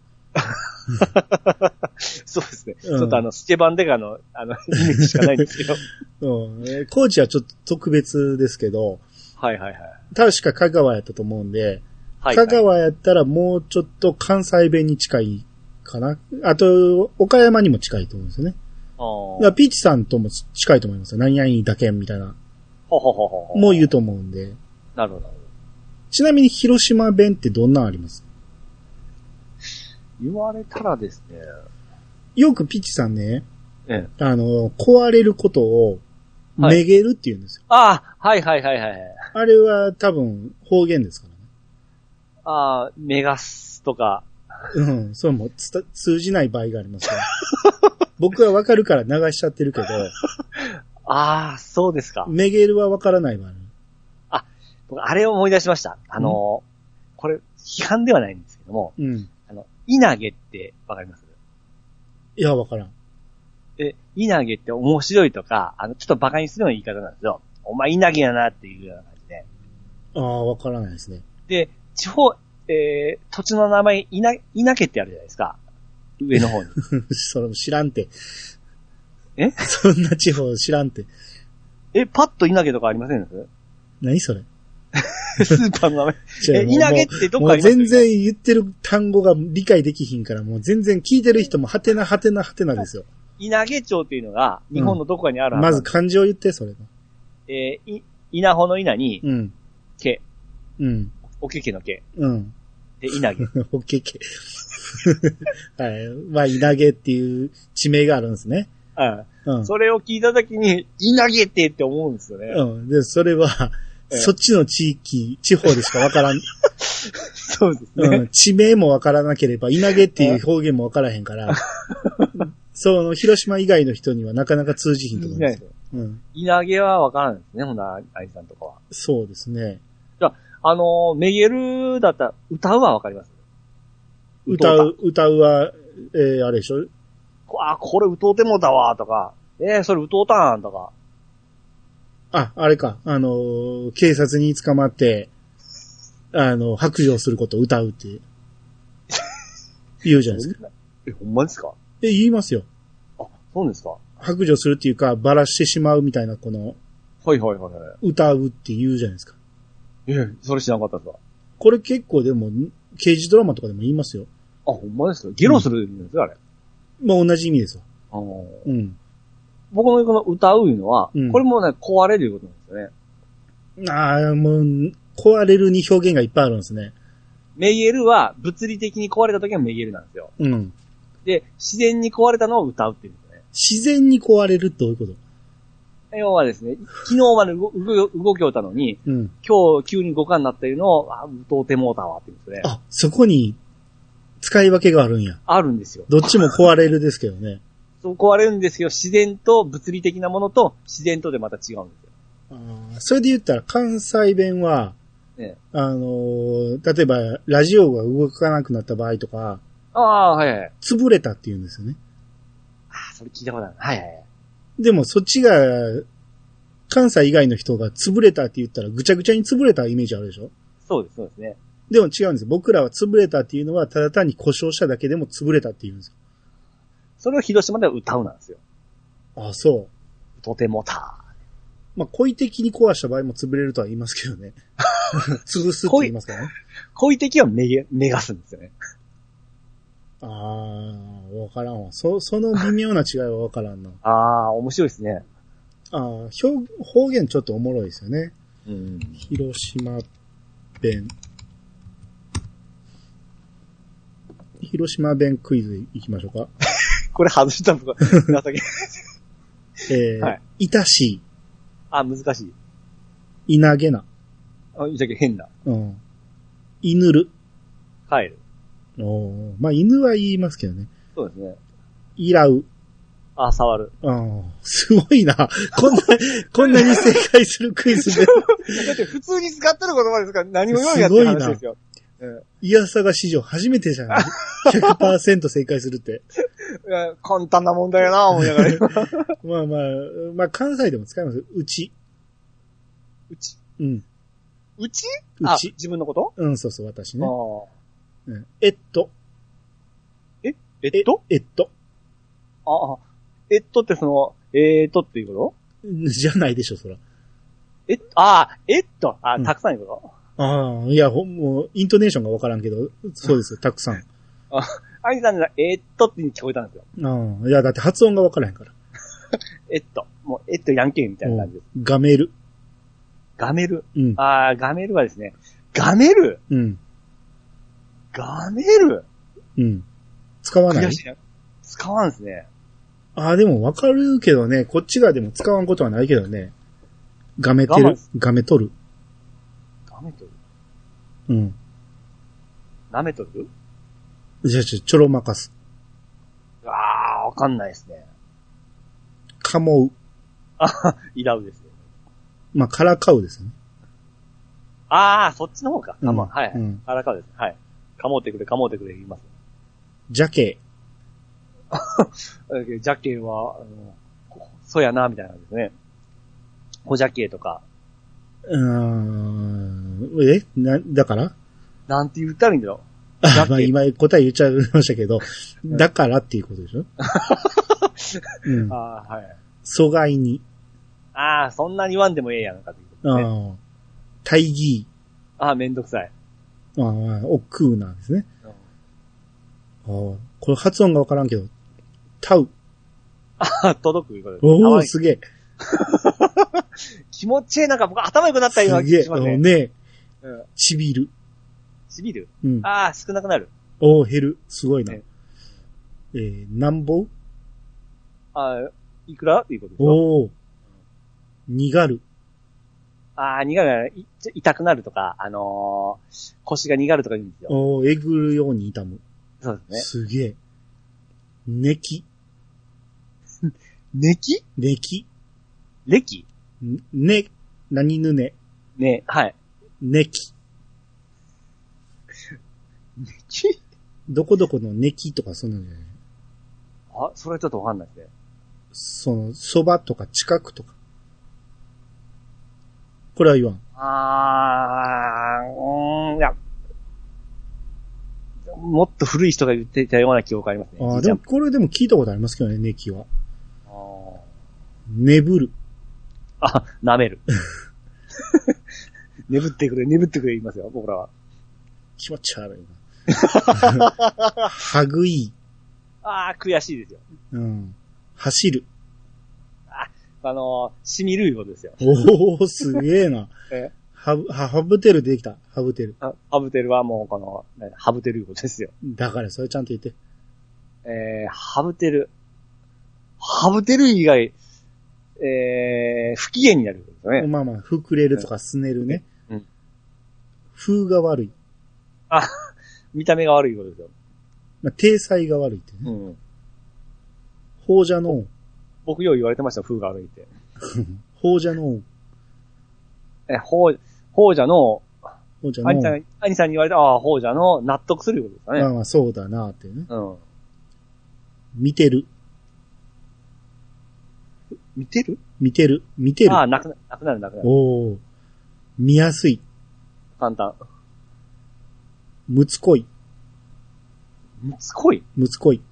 [SPEAKER 2] そうですね。
[SPEAKER 1] うん
[SPEAKER 2] ちょっとあの、スケバンデガの、あの、イメージしかないんですけど。
[SPEAKER 1] うん、えー高知はちょっと特別ですけど、
[SPEAKER 2] はいはいはい。
[SPEAKER 1] 確か香川やったと思うんで、
[SPEAKER 2] はい、
[SPEAKER 1] 香
[SPEAKER 2] はい。
[SPEAKER 1] 川やったらもうちょっと関西弁に近いかな。あと、岡山にも近いと思うんですよね。
[SPEAKER 2] あ
[SPEAKER 1] だから
[SPEAKER 2] ー
[SPEAKER 1] ピーチさんとも近いと思いますよ。何々だけんみたいな。
[SPEAKER 2] ほほほほほ。
[SPEAKER 1] もう言うと思うんで。
[SPEAKER 2] なるほど。
[SPEAKER 1] ちなみに広島弁ってどんなんあります
[SPEAKER 2] 言われたらですね。
[SPEAKER 1] よくピーチさんね、
[SPEAKER 2] ええ。
[SPEAKER 1] あの、壊れることを、
[SPEAKER 2] はい
[SPEAKER 1] めげるって言うんですよ。
[SPEAKER 2] ああ、はいはいはいはいはい。
[SPEAKER 1] あれは多分方言ですからね。
[SPEAKER 2] ああ、メガスとか。
[SPEAKER 1] うん、それもつた通じない場合があり ますね。僕はわかるから流しちゃってるけど、
[SPEAKER 2] ああ、そうですか。
[SPEAKER 1] めげるはわからない場合。
[SPEAKER 2] 僕、あれを思い出しました。あのー、これ、批判ではないんですけども、
[SPEAKER 1] うん。
[SPEAKER 2] あの、稲毛ってわかります
[SPEAKER 1] いや、わからん。
[SPEAKER 2] え、稲毛って面白いとか、あの、ちょっと馬鹿にするような言い方なんですよ。お前稲毛やなっていうような感じで。
[SPEAKER 1] ああ、わからないですね。
[SPEAKER 2] で、地方、えー、土地の名前、稲、稲毛ってあるじゃないですか。上の 方に。
[SPEAKER 1] それも知らんて。
[SPEAKER 2] え
[SPEAKER 1] そんな地方知らんて。
[SPEAKER 2] え、パッと稲毛とかあり ませんで
[SPEAKER 1] 何それ
[SPEAKER 2] すスーパーの名
[SPEAKER 1] じゃあ
[SPEAKER 2] 前。え、
[SPEAKER 1] もう
[SPEAKER 2] 稲毛ってどっ
[SPEAKER 1] も
[SPEAKER 2] かあ
[SPEAKER 1] う
[SPEAKER 2] ります
[SPEAKER 1] 全然言ってる単語が理解できひんから、もう全然聞いてる人もハテナハテナハテナですよ。
[SPEAKER 2] 稲毛町っていうのが、日本のどこかにあるはず
[SPEAKER 1] ま
[SPEAKER 2] なん
[SPEAKER 1] ず
[SPEAKER 2] です、
[SPEAKER 1] 漢字を言って、それ。
[SPEAKER 2] えーい、稲穂の稲に、
[SPEAKER 1] うん。
[SPEAKER 2] 毛、
[SPEAKER 1] うん。
[SPEAKER 2] おけけの毛。
[SPEAKER 1] うん。
[SPEAKER 2] で、稲毛。
[SPEAKER 1] オッケーケー。 はい。まあ、稲毛っていう地名があるんですね。
[SPEAKER 2] う。
[SPEAKER 1] うんん。
[SPEAKER 2] それを聞いたときに、稲毛ってって思うんですよね。
[SPEAKER 1] うん。で、それは、
[SPEAKER 2] ええ
[SPEAKER 1] そっちの地域、地方でしかわからん。
[SPEAKER 2] そうですね。
[SPEAKER 1] うん。地名もわからなければ、稲毛っていう表現もわからへん から、その、広島以外の人にはなかなか通じひんと思いますよ。うん。
[SPEAKER 2] 稲毛はわからんですね、ほな、アイさんとかは。
[SPEAKER 1] そうですね。
[SPEAKER 2] あのー、メゲルだったら、歌うはわかります。
[SPEAKER 1] 歌う、歌うは、えー、あれでしょ
[SPEAKER 2] こあ、これ歌うてもうたわ、とか、えー、それ歌うたん、とか。
[SPEAKER 1] あ、あれか。あのー警察に捕まって、あの、白状することを歌うって、言うじゃない ですか。
[SPEAKER 2] え、ほんまですか
[SPEAKER 1] え、言いますよ。
[SPEAKER 2] あ、そうですか
[SPEAKER 1] 白状するっていうか、ばらしてしまうみたいな、この、
[SPEAKER 2] はいはいはいは
[SPEAKER 1] 歌うって言うじゃないですか。
[SPEAKER 2] い。え、それ知らなかったですか
[SPEAKER 1] これ結構でも、刑事ドラマとかでも言いますよ。
[SPEAKER 2] あ、ほんまですか議論するんですか、あれ。
[SPEAKER 1] まあ、同じ意味ですわ。
[SPEAKER 2] あの
[SPEAKER 1] うん。
[SPEAKER 2] 僕のこの歌ういうのは、
[SPEAKER 1] うん
[SPEAKER 2] これもね、壊れるいうことなんですよね。
[SPEAKER 1] ああ、もう、壊れるに表現がいっぱいあるんですね。
[SPEAKER 2] メイエルは物理的に壊れた時はメイエルなんですよ。
[SPEAKER 1] うん。
[SPEAKER 2] で、自然に壊れたのを歌うっていうんですね。
[SPEAKER 1] 自然に壊れるってどういうこと
[SPEAKER 2] 要はですね、昨日まで動動動きょったのに、
[SPEAKER 1] うん。
[SPEAKER 2] 今日急に五感になっているのを、あ、歌うてもうたわっていうんですね。
[SPEAKER 1] あ、そこに、使い分けがあるんや。
[SPEAKER 2] あるんですよ。
[SPEAKER 1] どっちも壊れるですけどね。
[SPEAKER 2] そう壊れるんですよ。自然と物理的なものと自然とでまた違うんですよ。
[SPEAKER 1] あーそれで言ったら関西弁は、
[SPEAKER 2] ええ
[SPEAKER 1] あのー例えばラジオが動かなくなった場合とか、
[SPEAKER 2] ああ、はいはい。
[SPEAKER 1] 潰れたって言うんですよね。
[SPEAKER 2] ああ、それ聞いたことある。はいはいはい。
[SPEAKER 1] でもそっちが、関西以外の人が潰れたって言ったらぐちゃぐちゃに潰れたイメージあるでしょ
[SPEAKER 2] そうです、そうですね。
[SPEAKER 1] でも違うんです。僕らは潰れたっていうのはただ単に故障しただけでも潰れたって言うんですよ。
[SPEAKER 2] それを広島では歌うなんですよ。
[SPEAKER 1] ああ、そう。
[SPEAKER 2] とてもた。
[SPEAKER 1] まあ、故意的に壊した場合も潰れるとは言いますけど ね。潰すって言いますからね。
[SPEAKER 2] 恋的はめげ、めがすんですよね。
[SPEAKER 1] ああ、わからんわ。そ、その微妙な違いはわからんな。
[SPEAKER 2] ああ、面白いですね。
[SPEAKER 1] ああ、表方言ちょっとおもろいですよね。
[SPEAKER 2] うん。
[SPEAKER 1] 広島弁。広島弁クイズいきましょうか。
[SPEAKER 2] これ外したのが、情けない
[SPEAKER 1] えー、、
[SPEAKER 2] はい
[SPEAKER 1] たし
[SPEAKER 2] あ、難し
[SPEAKER 1] い、
[SPEAKER 2] い。
[SPEAKER 1] いなげな、
[SPEAKER 2] あ、いたけ変な。
[SPEAKER 1] うん。いぬる。
[SPEAKER 2] 帰る。
[SPEAKER 1] おーまあ、犬は言いますけどね。
[SPEAKER 2] そうですね。
[SPEAKER 1] いらう。
[SPEAKER 2] あ、触る。
[SPEAKER 1] うん。すごいな。こんな、 こんなに正解するクイ ズで。
[SPEAKER 2] だって普通に使ってる言葉ですから何も用意や
[SPEAKER 1] す
[SPEAKER 2] って
[SPEAKER 1] ごい
[SPEAKER 2] る
[SPEAKER 1] な
[SPEAKER 2] 話ですよ。
[SPEAKER 1] いやさが史上初めてじゃない ?100% 正解するっ て。
[SPEAKER 2] いや簡単な問題やな、思いな がら。
[SPEAKER 1] まあまあ、まあ関西でも使いますよ。うち。
[SPEAKER 2] うち、
[SPEAKER 1] うん。
[SPEAKER 2] うち
[SPEAKER 1] う
[SPEAKER 2] あ
[SPEAKER 1] ち。
[SPEAKER 2] 自分のこと
[SPEAKER 1] うん、そうそう、私
[SPEAKER 2] あ
[SPEAKER 1] ね。
[SPEAKER 2] あ。
[SPEAKER 1] うんえっと。
[SPEAKER 2] えっと
[SPEAKER 1] えっと。
[SPEAKER 2] ああ。えっとってその、えーっとっていうこ
[SPEAKER 1] うんじゃないでしょ、そら。
[SPEAKER 2] とえっと、ああ、えっと。あ
[SPEAKER 1] う
[SPEAKER 2] あ、
[SPEAKER 1] ん
[SPEAKER 2] たくさんいうこと、
[SPEAKER 1] ああ、いや、ほん、もう、イントネーションがわからんけど、そうですよ、たくさん。
[SPEAKER 2] アニさんがえっとって聞こえたんですよ。
[SPEAKER 1] ああ、いや、だって発音がわからへんから。
[SPEAKER 2] えっと。もう、えっとやんけんみたいな感じです。
[SPEAKER 1] ガメル。
[SPEAKER 2] ガメル。
[SPEAKER 1] うん。
[SPEAKER 2] ああ、ガメルはですね、ガメル
[SPEAKER 1] うん。
[SPEAKER 2] ガメル
[SPEAKER 1] うん。使わない
[SPEAKER 2] 悔しいな。使わんですね。
[SPEAKER 1] ああ、でもわかるけどね、こっちがでも使わんことはないけどね。ガメて
[SPEAKER 2] 我
[SPEAKER 1] る
[SPEAKER 2] 慢。
[SPEAKER 1] ガメ取る。
[SPEAKER 2] ガメとる
[SPEAKER 1] うん。
[SPEAKER 2] 舐めとる
[SPEAKER 1] じゃあ、ちょ、ちょろまかす。
[SPEAKER 2] ああ、わかんないですね。
[SPEAKER 1] かもう。
[SPEAKER 2] イラウですね。
[SPEAKER 1] まあ、からかうですよね。
[SPEAKER 2] ああ、そっちの方か。
[SPEAKER 1] う
[SPEAKER 2] か
[SPEAKER 1] ん
[SPEAKER 2] ま、はい。
[SPEAKER 1] うん。
[SPEAKER 2] 荒川です。はい。かもうてくれ、かもうてくれ、言います。
[SPEAKER 1] ジャケ。
[SPEAKER 2] えージャッケンは、あの、こそうやな、みたいな感じですね。小ジャッケーとか、
[SPEAKER 1] うーん。えな、だから
[SPEAKER 2] なんて言ったらいいんだろ
[SPEAKER 1] あ
[SPEAKER 2] だって
[SPEAKER 1] まあ今答え言っちゃいましたけど、だからっていうこと でしょうん
[SPEAKER 2] う。。ああ、はい。
[SPEAKER 1] 阻害に。
[SPEAKER 2] ああ、そんなに言わんでもええやんかっていうこと
[SPEAKER 1] あ
[SPEAKER 2] ですね。
[SPEAKER 1] あ。大義。
[SPEAKER 2] ああ、めんどくさい。
[SPEAKER 1] ああ、億劫なんですね。
[SPEAKER 2] うん
[SPEAKER 1] ああ。これ発音がわからんけど。タウ。
[SPEAKER 2] あ届くいうことです。
[SPEAKER 1] お
[SPEAKER 2] 可
[SPEAKER 1] お
[SPEAKER 2] 愛い
[SPEAKER 1] すげえ。
[SPEAKER 2] 気持ちいい、なんか僕頭良くなったような
[SPEAKER 1] す
[SPEAKER 2] 気が
[SPEAKER 1] げえ。
[SPEAKER 2] し
[SPEAKER 1] あ
[SPEAKER 2] ます
[SPEAKER 1] の
[SPEAKER 2] ね。
[SPEAKER 1] ね、
[SPEAKER 2] うん。
[SPEAKER 1] ちびる。
[SPEAKER 2] しびる
[SPEAKER 1] うん。
[SPEAKER 2] ああ、少なくなる。
[SPEAKER 1] おお減る。すごいな。
[SPEAKER 2] ね
[SPEAKER 1] えー、なんぼう
[SPEAKER 2] ああ、いくらっていうことでしょ
[SPEAKER 1] おおにがる。
[SPEAKER 2] ああ、苦がいちょ痛くなるとか、あのー、腰が苦がるとか言うんですよ。
[SPEAKER 1] おおえぐるように痛む。
[SPEAKER 2] そうです
[SPEAKER 1] すげえ。ねき。
[SPEAKER 2] ね。ねき
[SPEAKER 1] ねき。
[SPEAKER 2] れき
[SPEAKER 1] んね、何ぬね。
[SPEAKER 2] ね、はい。
[SPEAKER 1] ねき。
[SPEAKER 2] き
[SPEAKER 1] どこどこのネキとかそんなんじゃない
[SPEAKER 2] あ、それちょっとわかんないですね。
[SPEAKER 1] その、そばとか近くとか。これは言わん。
[SPEAKER 2] あー、うーん、いや。もっと古い人が言っていたような記憶がありますね。
[SPEAKER 1] あ
[SPEAKER 2] じ
[SPEAKER 1] あ、
[SPEAKER 2] いち
[SPEAKER 1] で
[SPEAKER 2] ゃ
[SPEAKER 1] も
[SPEAKER 2] ん
[SPEAKER 1] これでも聞いたことありますけどね、ネキは。
[SPEAKER 2] あ
[SPEAKER 1] 眠る。
[SPEAKER 2] ーあ、舐 める。眠ってくれ、眠ってくれ言いますよ、僕らは。
[SPEAKER 1] 気持ち悪い な。はぐい。
[SPEAKER 2] あー、悔しいですよ。
[SPEAKER 1] うん。走る。
[SPEAKER 2] あのー、しみるいうことですよ。
[SPEAKER 1] おおすげえな。
[SPEAKER 2] え
[SPEAKER 1] ハブ、ハハブテルできた。ハブテル。
[SPEAKER 2] あハブテルはもうこの、ねハブテルいうことですよ。
[SPEAKER 1] だからそれちゃんと言って。
[SPEAKER 2] えー、ハブテル。ハブテル以外、えー、不機嫌になるんですよね。
[SPEAKER 1] まあまあ、膨れるとかすねるね。
[SPEAKER 2] うん
[SPEAKER 1] 風が悪い。
[SPEAKER 2] 見た目が悪いことですよ。
[SPEAKER 1] まあ、体裁が悪いってね。
[SPEAKER 2] うん。
[SPEAKER 1] 放射能。
[SPEAKER 2] 僕よう言われてました、風が悪いって。
[SPEAKER 1] 放射能。
[SPEAKER 2] え、ほう、ほうじゃの、
[SPEAKER 1] 放射
[SPEAKER 2] 兄さ
[SPEAKER 1] 能。
[SPEAKER 2] ん、兄さんに言われた、ああ、ほうじゃの、納得するいうこと
[SPEAKER 1] ま
[SPEAKER 2] ですか
[SPEAKER 1] あ
[SPEAKER 2] ね。
[SPEAKER 1] まあ、そうだなってね。
[SPEAKER 2] うん。
[SPEAKER 1] 見てる。
[SPEAKER 2] 見てる
[SPEAKER 1] 見てる。見てる
[SPEAKER 2] あ。あ、なくな、なくなる、なくなる。
[SPEAKER 1] おお。見やすい。
[SPEAKER 2] 簡単。
[SPEAKER 1] むつこい。
[SPEAKER 2] むつこい
[SPEAKER 1] むつこい。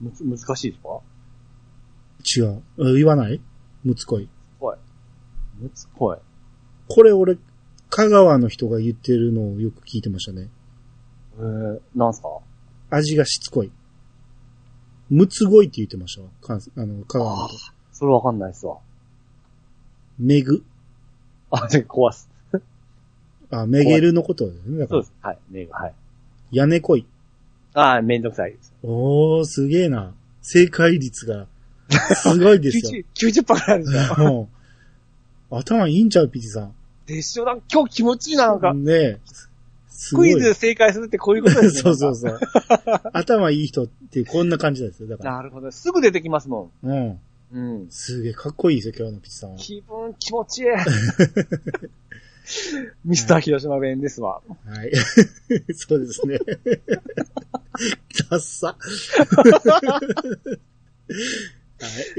[SPEAKER 2] むつ、難しいですか
[SPEAKER 1] 違う。あ言わないむつこい。
[SPEAKER 2] むつこい。
[SPEAKER 1] これ俺、香川の人が言ってるのをよく聞いてましたね。
[SPEAKER 2] えー、なんすか
[SPEAKER 1] 味がしつこい。むつごいって言ってましたわ。関あの、香川の人。
[SPEAKER 2] それわかんないっすわ。
[SPEAKER 1] めぐ。
[SPEAKER 2] あ、で、壊す。
[SPEAKER 1] あ、めげるのことだよね。だか
[SPEAKER 2] そ
[SPEAKER 1] ら
[SPEAKER 2] うで、す。はい。ねはい。
[SPEAKER 1] 屋根こい。
[SPEAKER 2] ああ、めんどくさいです。
[SPEAKER 1] おー、すげえな。正解率が、すごいです よ。
[SPEAKER 2] 90、90パーぐらいあるじゃん。
[SPEAKER 1] もう頭いいんちゃう、ピチさん。
[SPEAKER 2] でしょなんか今日気持ちいいな、なんか。
[SPEAKER 1] ねえ。すご
[SPEAKER 2] ク
[SPEAKER 1] い
[SPEAKER 2] イズ正解するってこういうことですね。
[SPEAKER 1] そうそう
[SPEAKER 2] そ
[SPEAKER 1] そう。頭いい人ってこんな感じなんですよ。だから。
[SPEAKER 2] なるほど。すぐ出てきますも
[SPEAKER 1] うん。
[SPEAKER 2] ん。うん。
[SPEAKER 1] すげえ、かっこいいですよ、今日のピチさんは。
[SPEAKER 2] 気分気持ちいい。 ミスター広島弁ですわ。
[SPEAKER 1] はい。 そうですね。ダッサ。はい。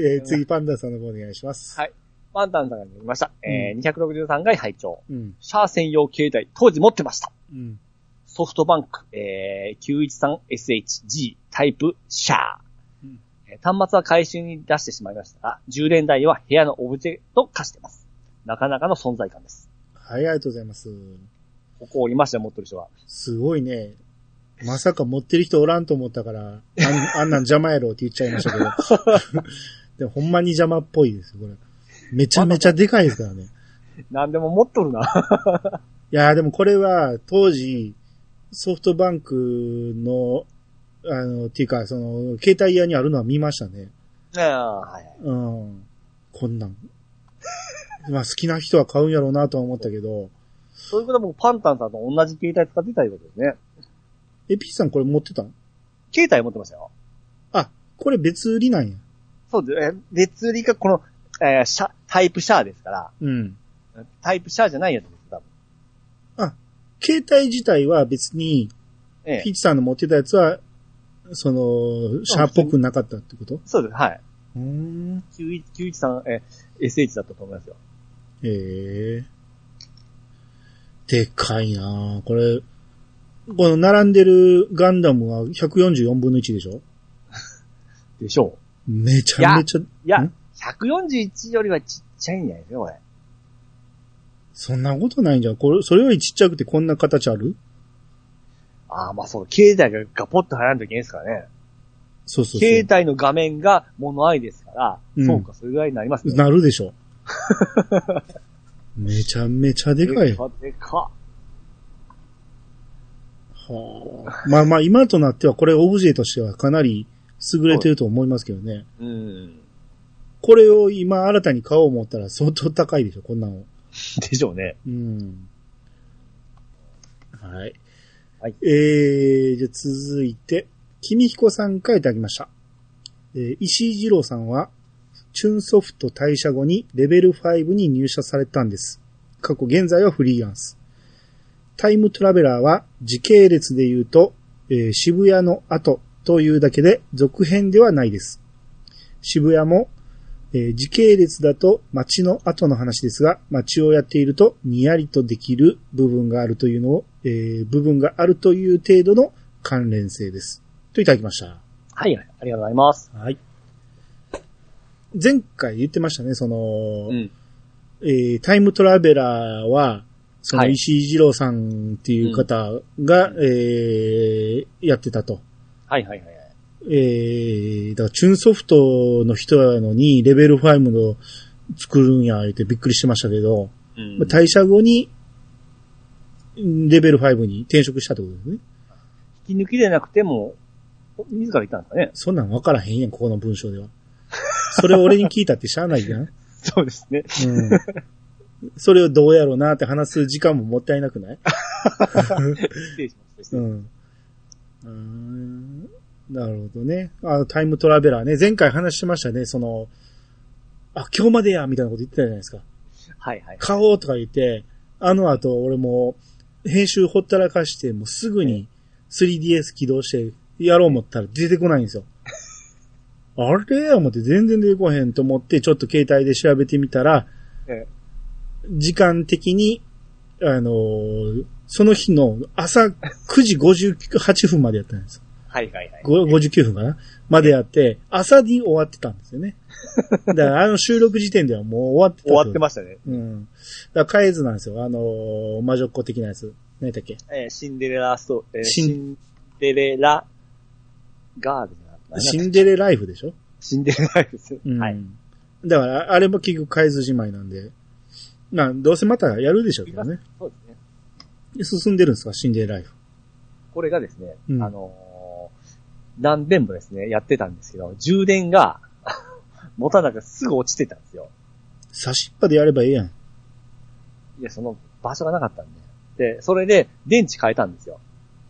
[SPEAKER 1] えー次、パンダさんの方お願いします。
[SPEAKER 2] はいパンタンさんが言いました。えー、263回拝聴。
[SPEAKER 1] うん。
[SPEAKER 2] シャア専用携帯、当時持ってました。
[SPEAKER 1] うん。
[SPEAKER 2] ソフトバンク、えー、913SHG タイプシャア
[SPEAKER 1] うん。
[SPEAKER 2] えー端末は回収に出してしまいましたが、充電台は部屋のオブジェと化してます。なかなかの存在感です。
[SPEAKER 1] はい、ありがとうございます。
[SPEAKER 2] ここおりましたよ、持ってる人は。
[SPEAKER 1] すごいね。まさか持ってる人おらんと思ったから、あん あんなん邪魔やろって言っちゃいましたけど。 でもほんまに邪魔っぽいですよ、これ。めちゃめちゃでかいですからね。
[SPEAKER 2] なんでも持っとるな。
[SPEAKER 1] いやーでもこれは当時、ソフトバンクの、あの、っていうか、その、携帯屋にあるのは見ましたね。
[SPEAKER 2] はい。
[SPEAKER 1] うん。こん なん。まあ好きな人は買うんやろうなとは思ったけど、
[SPEAKER 2] そういうことは僕、パンタンさんと同じ携帯使ってたいうことですね。
[SPEAKER 1] え、ピーさんこれ持ってたん
[SPEAKER 2] 携帯持ってましたよ。
[SPEAKER 1] あ、これ別売りなんや。
[SPEAKER 2] そうで、えー別売りがこの、えーシャ、タイプシャアですから、
[SPEAKER 1] うん。
[SPEAKER 2] タイプシャアじゃないやつです、多分。
[SPEAKER 1] 携帯自体は別に、
[SPEAKER 2] ええ
[SPEAKER 1] ピーチさんの持ってたやつは、その、シャーっぽくなかったってこと
[SPEAKER 2] そうです、はい。
[SPEAKER 1] うーん。
[SPEAKER 2] 91 913、えー SH だったと思いますよ。
[SPEAKER 1] ええでかいなあこれ、この並んでるガンダムは144分の1でしょ
[SPEAKER 2] でしょう。
[SPEAKER 1] めちゃめちゃ、
[SPEAKER 2] いや
[SPEAKER 1] ん、
[SPEAKER 2] 141よりはちっちゃいんじゃないですか、これ。
[SPEAKER 1] そんなことないんじゃん。これ、それよりちっちゃくてこんな形ある
[SPEAKER 2] ああ、まあそう、携帯がガポッと入らんといけないですからね。
[SPEAKER 1] そうそう
[SPEAKER 2] 携
[SPEAKER 1] そ
[SPEAKER 2] 帯の画面が物合いですから、
[SPEAKER 1] うん
[SPEAKER 2] そうか、それぐらいになります
[SPEAKER 1] う。
[SPEAKER 2] ね。
[SPEAKER 1] なるでしょ。めちゃめちゃでかい。は
[SPEAKER 2] でか。
[SPEAKER 1] あ、まあまあ、今となってはこれオブジェとしてはかなり優れてると思いますけどね。
[SPEAKER 2] うん。
[SPEAKER 1] これを今新たに買おう思ったら相当高いでしょ、こんなの。
[SPEAKER 2] でしょうね。
[SPEAKER 1] うん。はい。
[SPEAKER 2] はい
[SPEAKER 1] えー、じゃあ続いて、君彦さんからいただきました。えー石井二郎さんは、チュンソフト退社後にレベル5に入社されたんです。過去現在はフリーランス。タイムトラベラーは時系列で言うと、えー渋谷の後というだけで続編ではないです。渋谷も、えー時系列だと街の後の話ですが、街をやっているとにやりとできる部分があるというのを、えー部分があるという程度の関連性です。といただきました。
[SPEAKER 2] はい、はいありがとうございます。
[SPEAKER 1] はい。前回言ってましたね、その、
[SPEAKER 2] うん。
[SPEAKER 1] えータイムトラベラーは、その
[SPEAKER 2] はい
[SPEAKER 1] 石井二郎さんっていう方が、
[SPEAKER 2] う
[SPEAKER 1] えーやってたと。
[SPEAKER 2] はいはいはいはい。
[SPEAKER 1] えー、だからチューンソフトの人やのに、レベル5の作るんや、言ってびっくりしてましたけど、
[SPEAKER 2] うん
[SPEAKER 1] まあ退社後に、んレベル5に転職したってことですね。
[SPEAKER 2] 引き抜きでなくても、自ら言ったんですかね。
[SPEAKER 1] そんなん分からへんやん、ここの文章では。それ俺に聞いたってしゃあないやん。
[SPEAKER 2] そうですね。
[SPEAKER 1] うん。それをどうやろうなって話す時間ももったいなくない
[SPEAKER 2] 失礼しました。
[SPEAKER 1] うん。うーんなるほどね。あタイムトラベラーね。前回話しましたね。その、あ、今日までやみたいなこと言ってたじゃないですか。
[SPEAKER 2] はいはい。
[SPEAKER 1] 買おうとか言って、あの後俺もう編集ほったらかして、もうすぐに 3DS 起動してやろう思ったら出てこないんですよ。あれ思って全然出てこへんと思って、ちょっと携帯で調べてみたら、
[SPEAKER 2] え
[SPEAKER 1] 時間的に、あのーその日の朝9時58分までやったんですよ。
[SPEAKER 2] はいはいはい。
[SPEAKER 1] ご59分かなまでやって、朝に終わってたんですよ ね。だからあの収録時点ではもう終わってた
[SPEAKER 2] 終わっ
[SPEAKER 1] ま
[SPEAKER 2] てましたね。
[SPEAKER 1] うん。だから、えずなんですよ。あのー魔女っ子的なやつ。何だっけ
[SPEAKER 2] えーシンデレラスト、えー
[SPEAKER 1] シ
[SPEAKER 2] シ
[SPEAKER 1] ン
[SPEAKER 2] ンデレラガールな
[SPEAKER 1] シンデレライフでしょ
[SPEAKER 2] シンデレラです。
[SPEAKER 1] うん。
[SPEAKER 2] はい。。
[SPEAKER 1] だから、あれも結局変えずじまいなんで。まあ、どうせまたやるでしょうけどね。
[SPEAKER 2] そうですね。
[SPEAKER 1] 進んでるんですかシンデレライフ。
[SPEAKER 2] これがですね、
[SPEAKER 1] うん
[SPEAKER 2] あのー何遍もですね、やってたんですけど、充電が 持たなくてすぐ落ちてたんですよ。
[SPEAKER 1] 差しっぱでやればいいやん。
[SPEAKER 2] いや、その場所がなかったんで。で、それで電池変えたんですよ。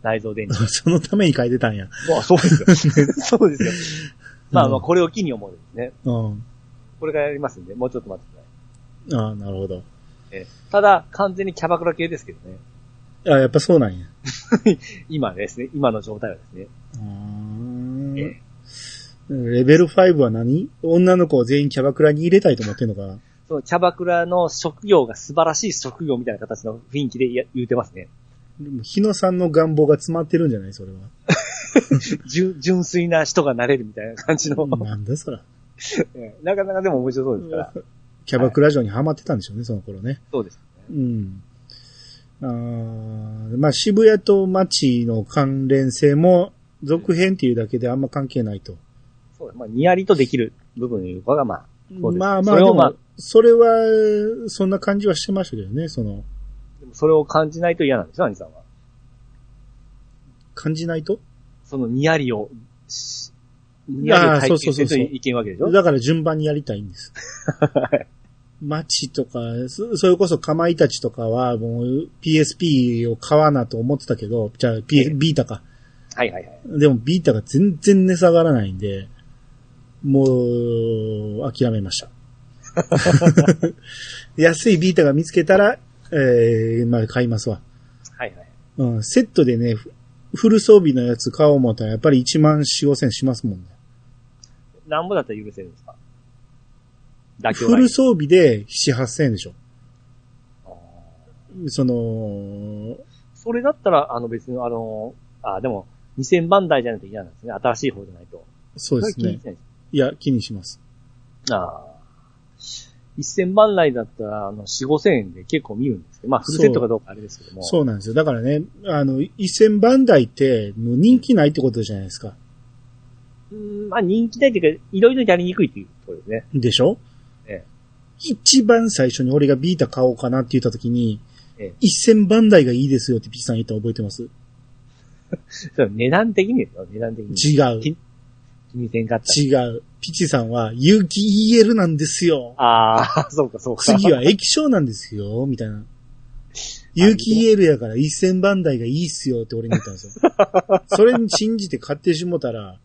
[SPEAKER 2] 内蔵電 池。
[SPEAKER 1] そのために変えてたんや。
[SPEAKER 2] まあ、そうですよ。 そ うですよ。まあまあ、これを機に思うんですね。
[SPEAKER 1] うん。
[SPEAKER 2] これからやりますんで、もうちょっと待ってください。
[SPEAKER 1] ああ、なるほど。
[SPEAKER 2] えーただ、完全にキャバクラ系ですけどね。
[SPEAKER 1] あやっぱそうなんや。
[SPEAKER 2] 今ですね、今の状態はですね。
[SPEAKER 1] うーん
[SPEAKER 2] ええ
[SPEAKER 1] レベル5は何女の子を全員キャバクラに入れたいと思ってんのかな
[SPEAKER 2] そのキャバクラの職業が素晴らしい職業みたいな形の雰囲気でいや言うてますね。
[SPEAKER 1] でも日野さんの願望が詰まってるんじゃない それは。
[SPEAKER 2] 純純粋な人がなれるみたいな感じの、
[SPEAKER 1] なんだそら。
[SPEAKER 2] えなかなかでも面白そうですから。
[SPEAKER 1] キャバクラ城にハマってたんでしょうね、その頃ね。
[SPEAKER 2] そうですね。
[SPEAKER 1] うん。あーまあ、渋谷と街の関連性も、続編っていうだけであんま関係ないと。
[SPEAKER 2] そうですまあ、にやりとできる部分いうかが、まあ、そうです
[SPEAKER 1] まあま
[SPEAKER 2] そ
[SPEAKER 1] あ、で
[SPEAKER 2] れをまあ
[SPEAKER 1] も、それは、そんな感じはしてましたけどね、その、
[SPEAKER 2] でもそれを感じないと嫌なんでしょ、兄さんは。
[SPEAKER 1] 感じないと
[SPEAKER 2] そのにやりをし、にやりを体験せずにいけんわけでしょ
[SPEAKER 1] だから順番にやりたいん です。街とか、そそれこそかまいたちとかは、もう PSP を買わなと思ってたけど、じゃあ、
[SPEAKER 2] え
[SPEAKER 1] P
[SPEAKER 2] え
[SPEAKER 1] ビータか。
[SPEAKER 2] はいはいはい。
[SPEAKER 1] でもビータが全然値下がらないんで、もう、諦めました。安いビータが見つけたら、えー、まあ買いますわ。
[SPEAKER 2] はいはい。
[SPEAKER 1] うん、セットでね、フフル装備のやつ買おう思ったらやっぱり1万4、5千しますもんね。
[SPEAKER 2] なんぼだったら許せるんですか妥協
[SPEAKER 1] フ
[SPEAKER 2] ライン
[SPEAKER 1] ル装備で7、8千円でしょ。
[SPEAKER 2] あー
[SPEAKER 1] その、
[SPEAKER 2] それだったら、あの別に、あの、あ、でも、2000番台じゃないと嫌なんですね。新しい方じゃないと。
[SPEAKER 1] そうです
[SPEAKER 2] それは気に
[SPEAKER 1] ね
[SPEAKER 2] し。ないで
[SPEAKER 1] いや、気にします。
[SPEAKER 2] すああ。1000番台だったら、あの、4、5000円で結構見るんですけど、まあ、フルセットかどうかあれですけども。
[SPEAKER 1] そうなんですよ。だからね、あの、1000番台って、もう人気ないってことじゃないですか。
[SPEAKER 2] う。ん、まあ、人気台というか、いろいろやりにくいっていうところですね。
[SPEAKER 1] でしょ
[SPEAKER 2] ええ
[SPEAKER 1] 一番最初に俺がビータ買おうかなって言った時に、
[SPEAKER 2] ええ
[SPEAKER 1] 1000番台がいいですよってピチさん言ったの覚えてます
[SPEAKER 2] それは値段的にですよ、値段的に。
[SPEAKER 1] 違う。
[SPEAKER 2] 気にせんかったら。
[SPEAKER 1] 違う。ピチさんは、有機 EL なんですよ。
[SPEAKER 2] ああ、 そうか、そうか。
[SPEAKER 1] 次は液晶なんですよ、みたいな。有機 EL やから1000番台がいいっすよって俺に言ったんです よ。それに信じて買ってしもたら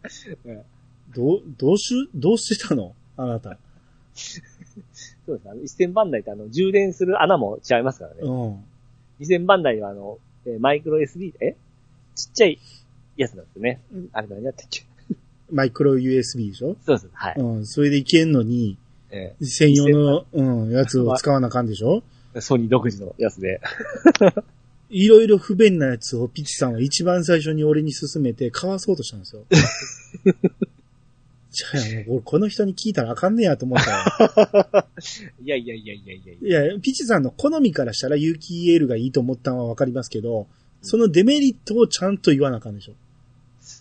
[SPEAKER 2] え、
[SPEAKER 1] どう、どうし、どうしてたのあなた。
[SPEAKER 2] そうです。あの、1000番台ってあの、充電する穴も違いますからね。
[SPEAKER 1] うん。
[SPEAKER 2] 2000番台はあの、えーマイクロ SD、えちっちゃいやつなんですよね
[SPEAKER 1] うん。
[SPEAKER 2] あれ何やったっけ
[SPEAKER 1] マイクロ USB でしょ
[SPEAKER 2] そうそう、はい。
[SPEAKER 1] うん、それでいけんのに、
[SPEAKER 2] え
[SPEAKER 1] 専用の、うん、やつを使わなあかんでしょ
[SPEAKER 2] ーソニー独自のやつで。
[SPEAKER 1] いろいろ不便なやつをピチさんは一番最初に俺に勧めて買わそうとしたん ですよ。じゃあ、俺この人に聞いたらあかんねやと思ったわ
[SPEAKER 2] いやいやいやいやいやいや。
[SPEAKER 1] いや、ピチさんの好みからしたら有機 EL がいいと思ったのはわかりますけど、そのデメリットをちゃんと言わなあかんでしょ。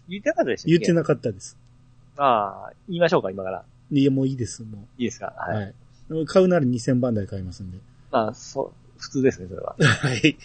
[SPEAKER 2] 言ってなかったでしょ
[SPEAKER 1] 言って
[SPEAKER 2] な
[SPEAKER 1] なかったです。
[SPEAKER 2] ああ、言いましょうか、今から。
[SPEAKER 1] いや、もういいです、も
[SPEAKER 2] いいですか
[SPEAKER 1] う。
[SPEAKER 2] はい。
[SPEAKER 1] はい。買うなら2000番台買いますんで。
[SPEAKER 2] まあ、そう、普通ですね、それは。
[SPEAKER 1] はい。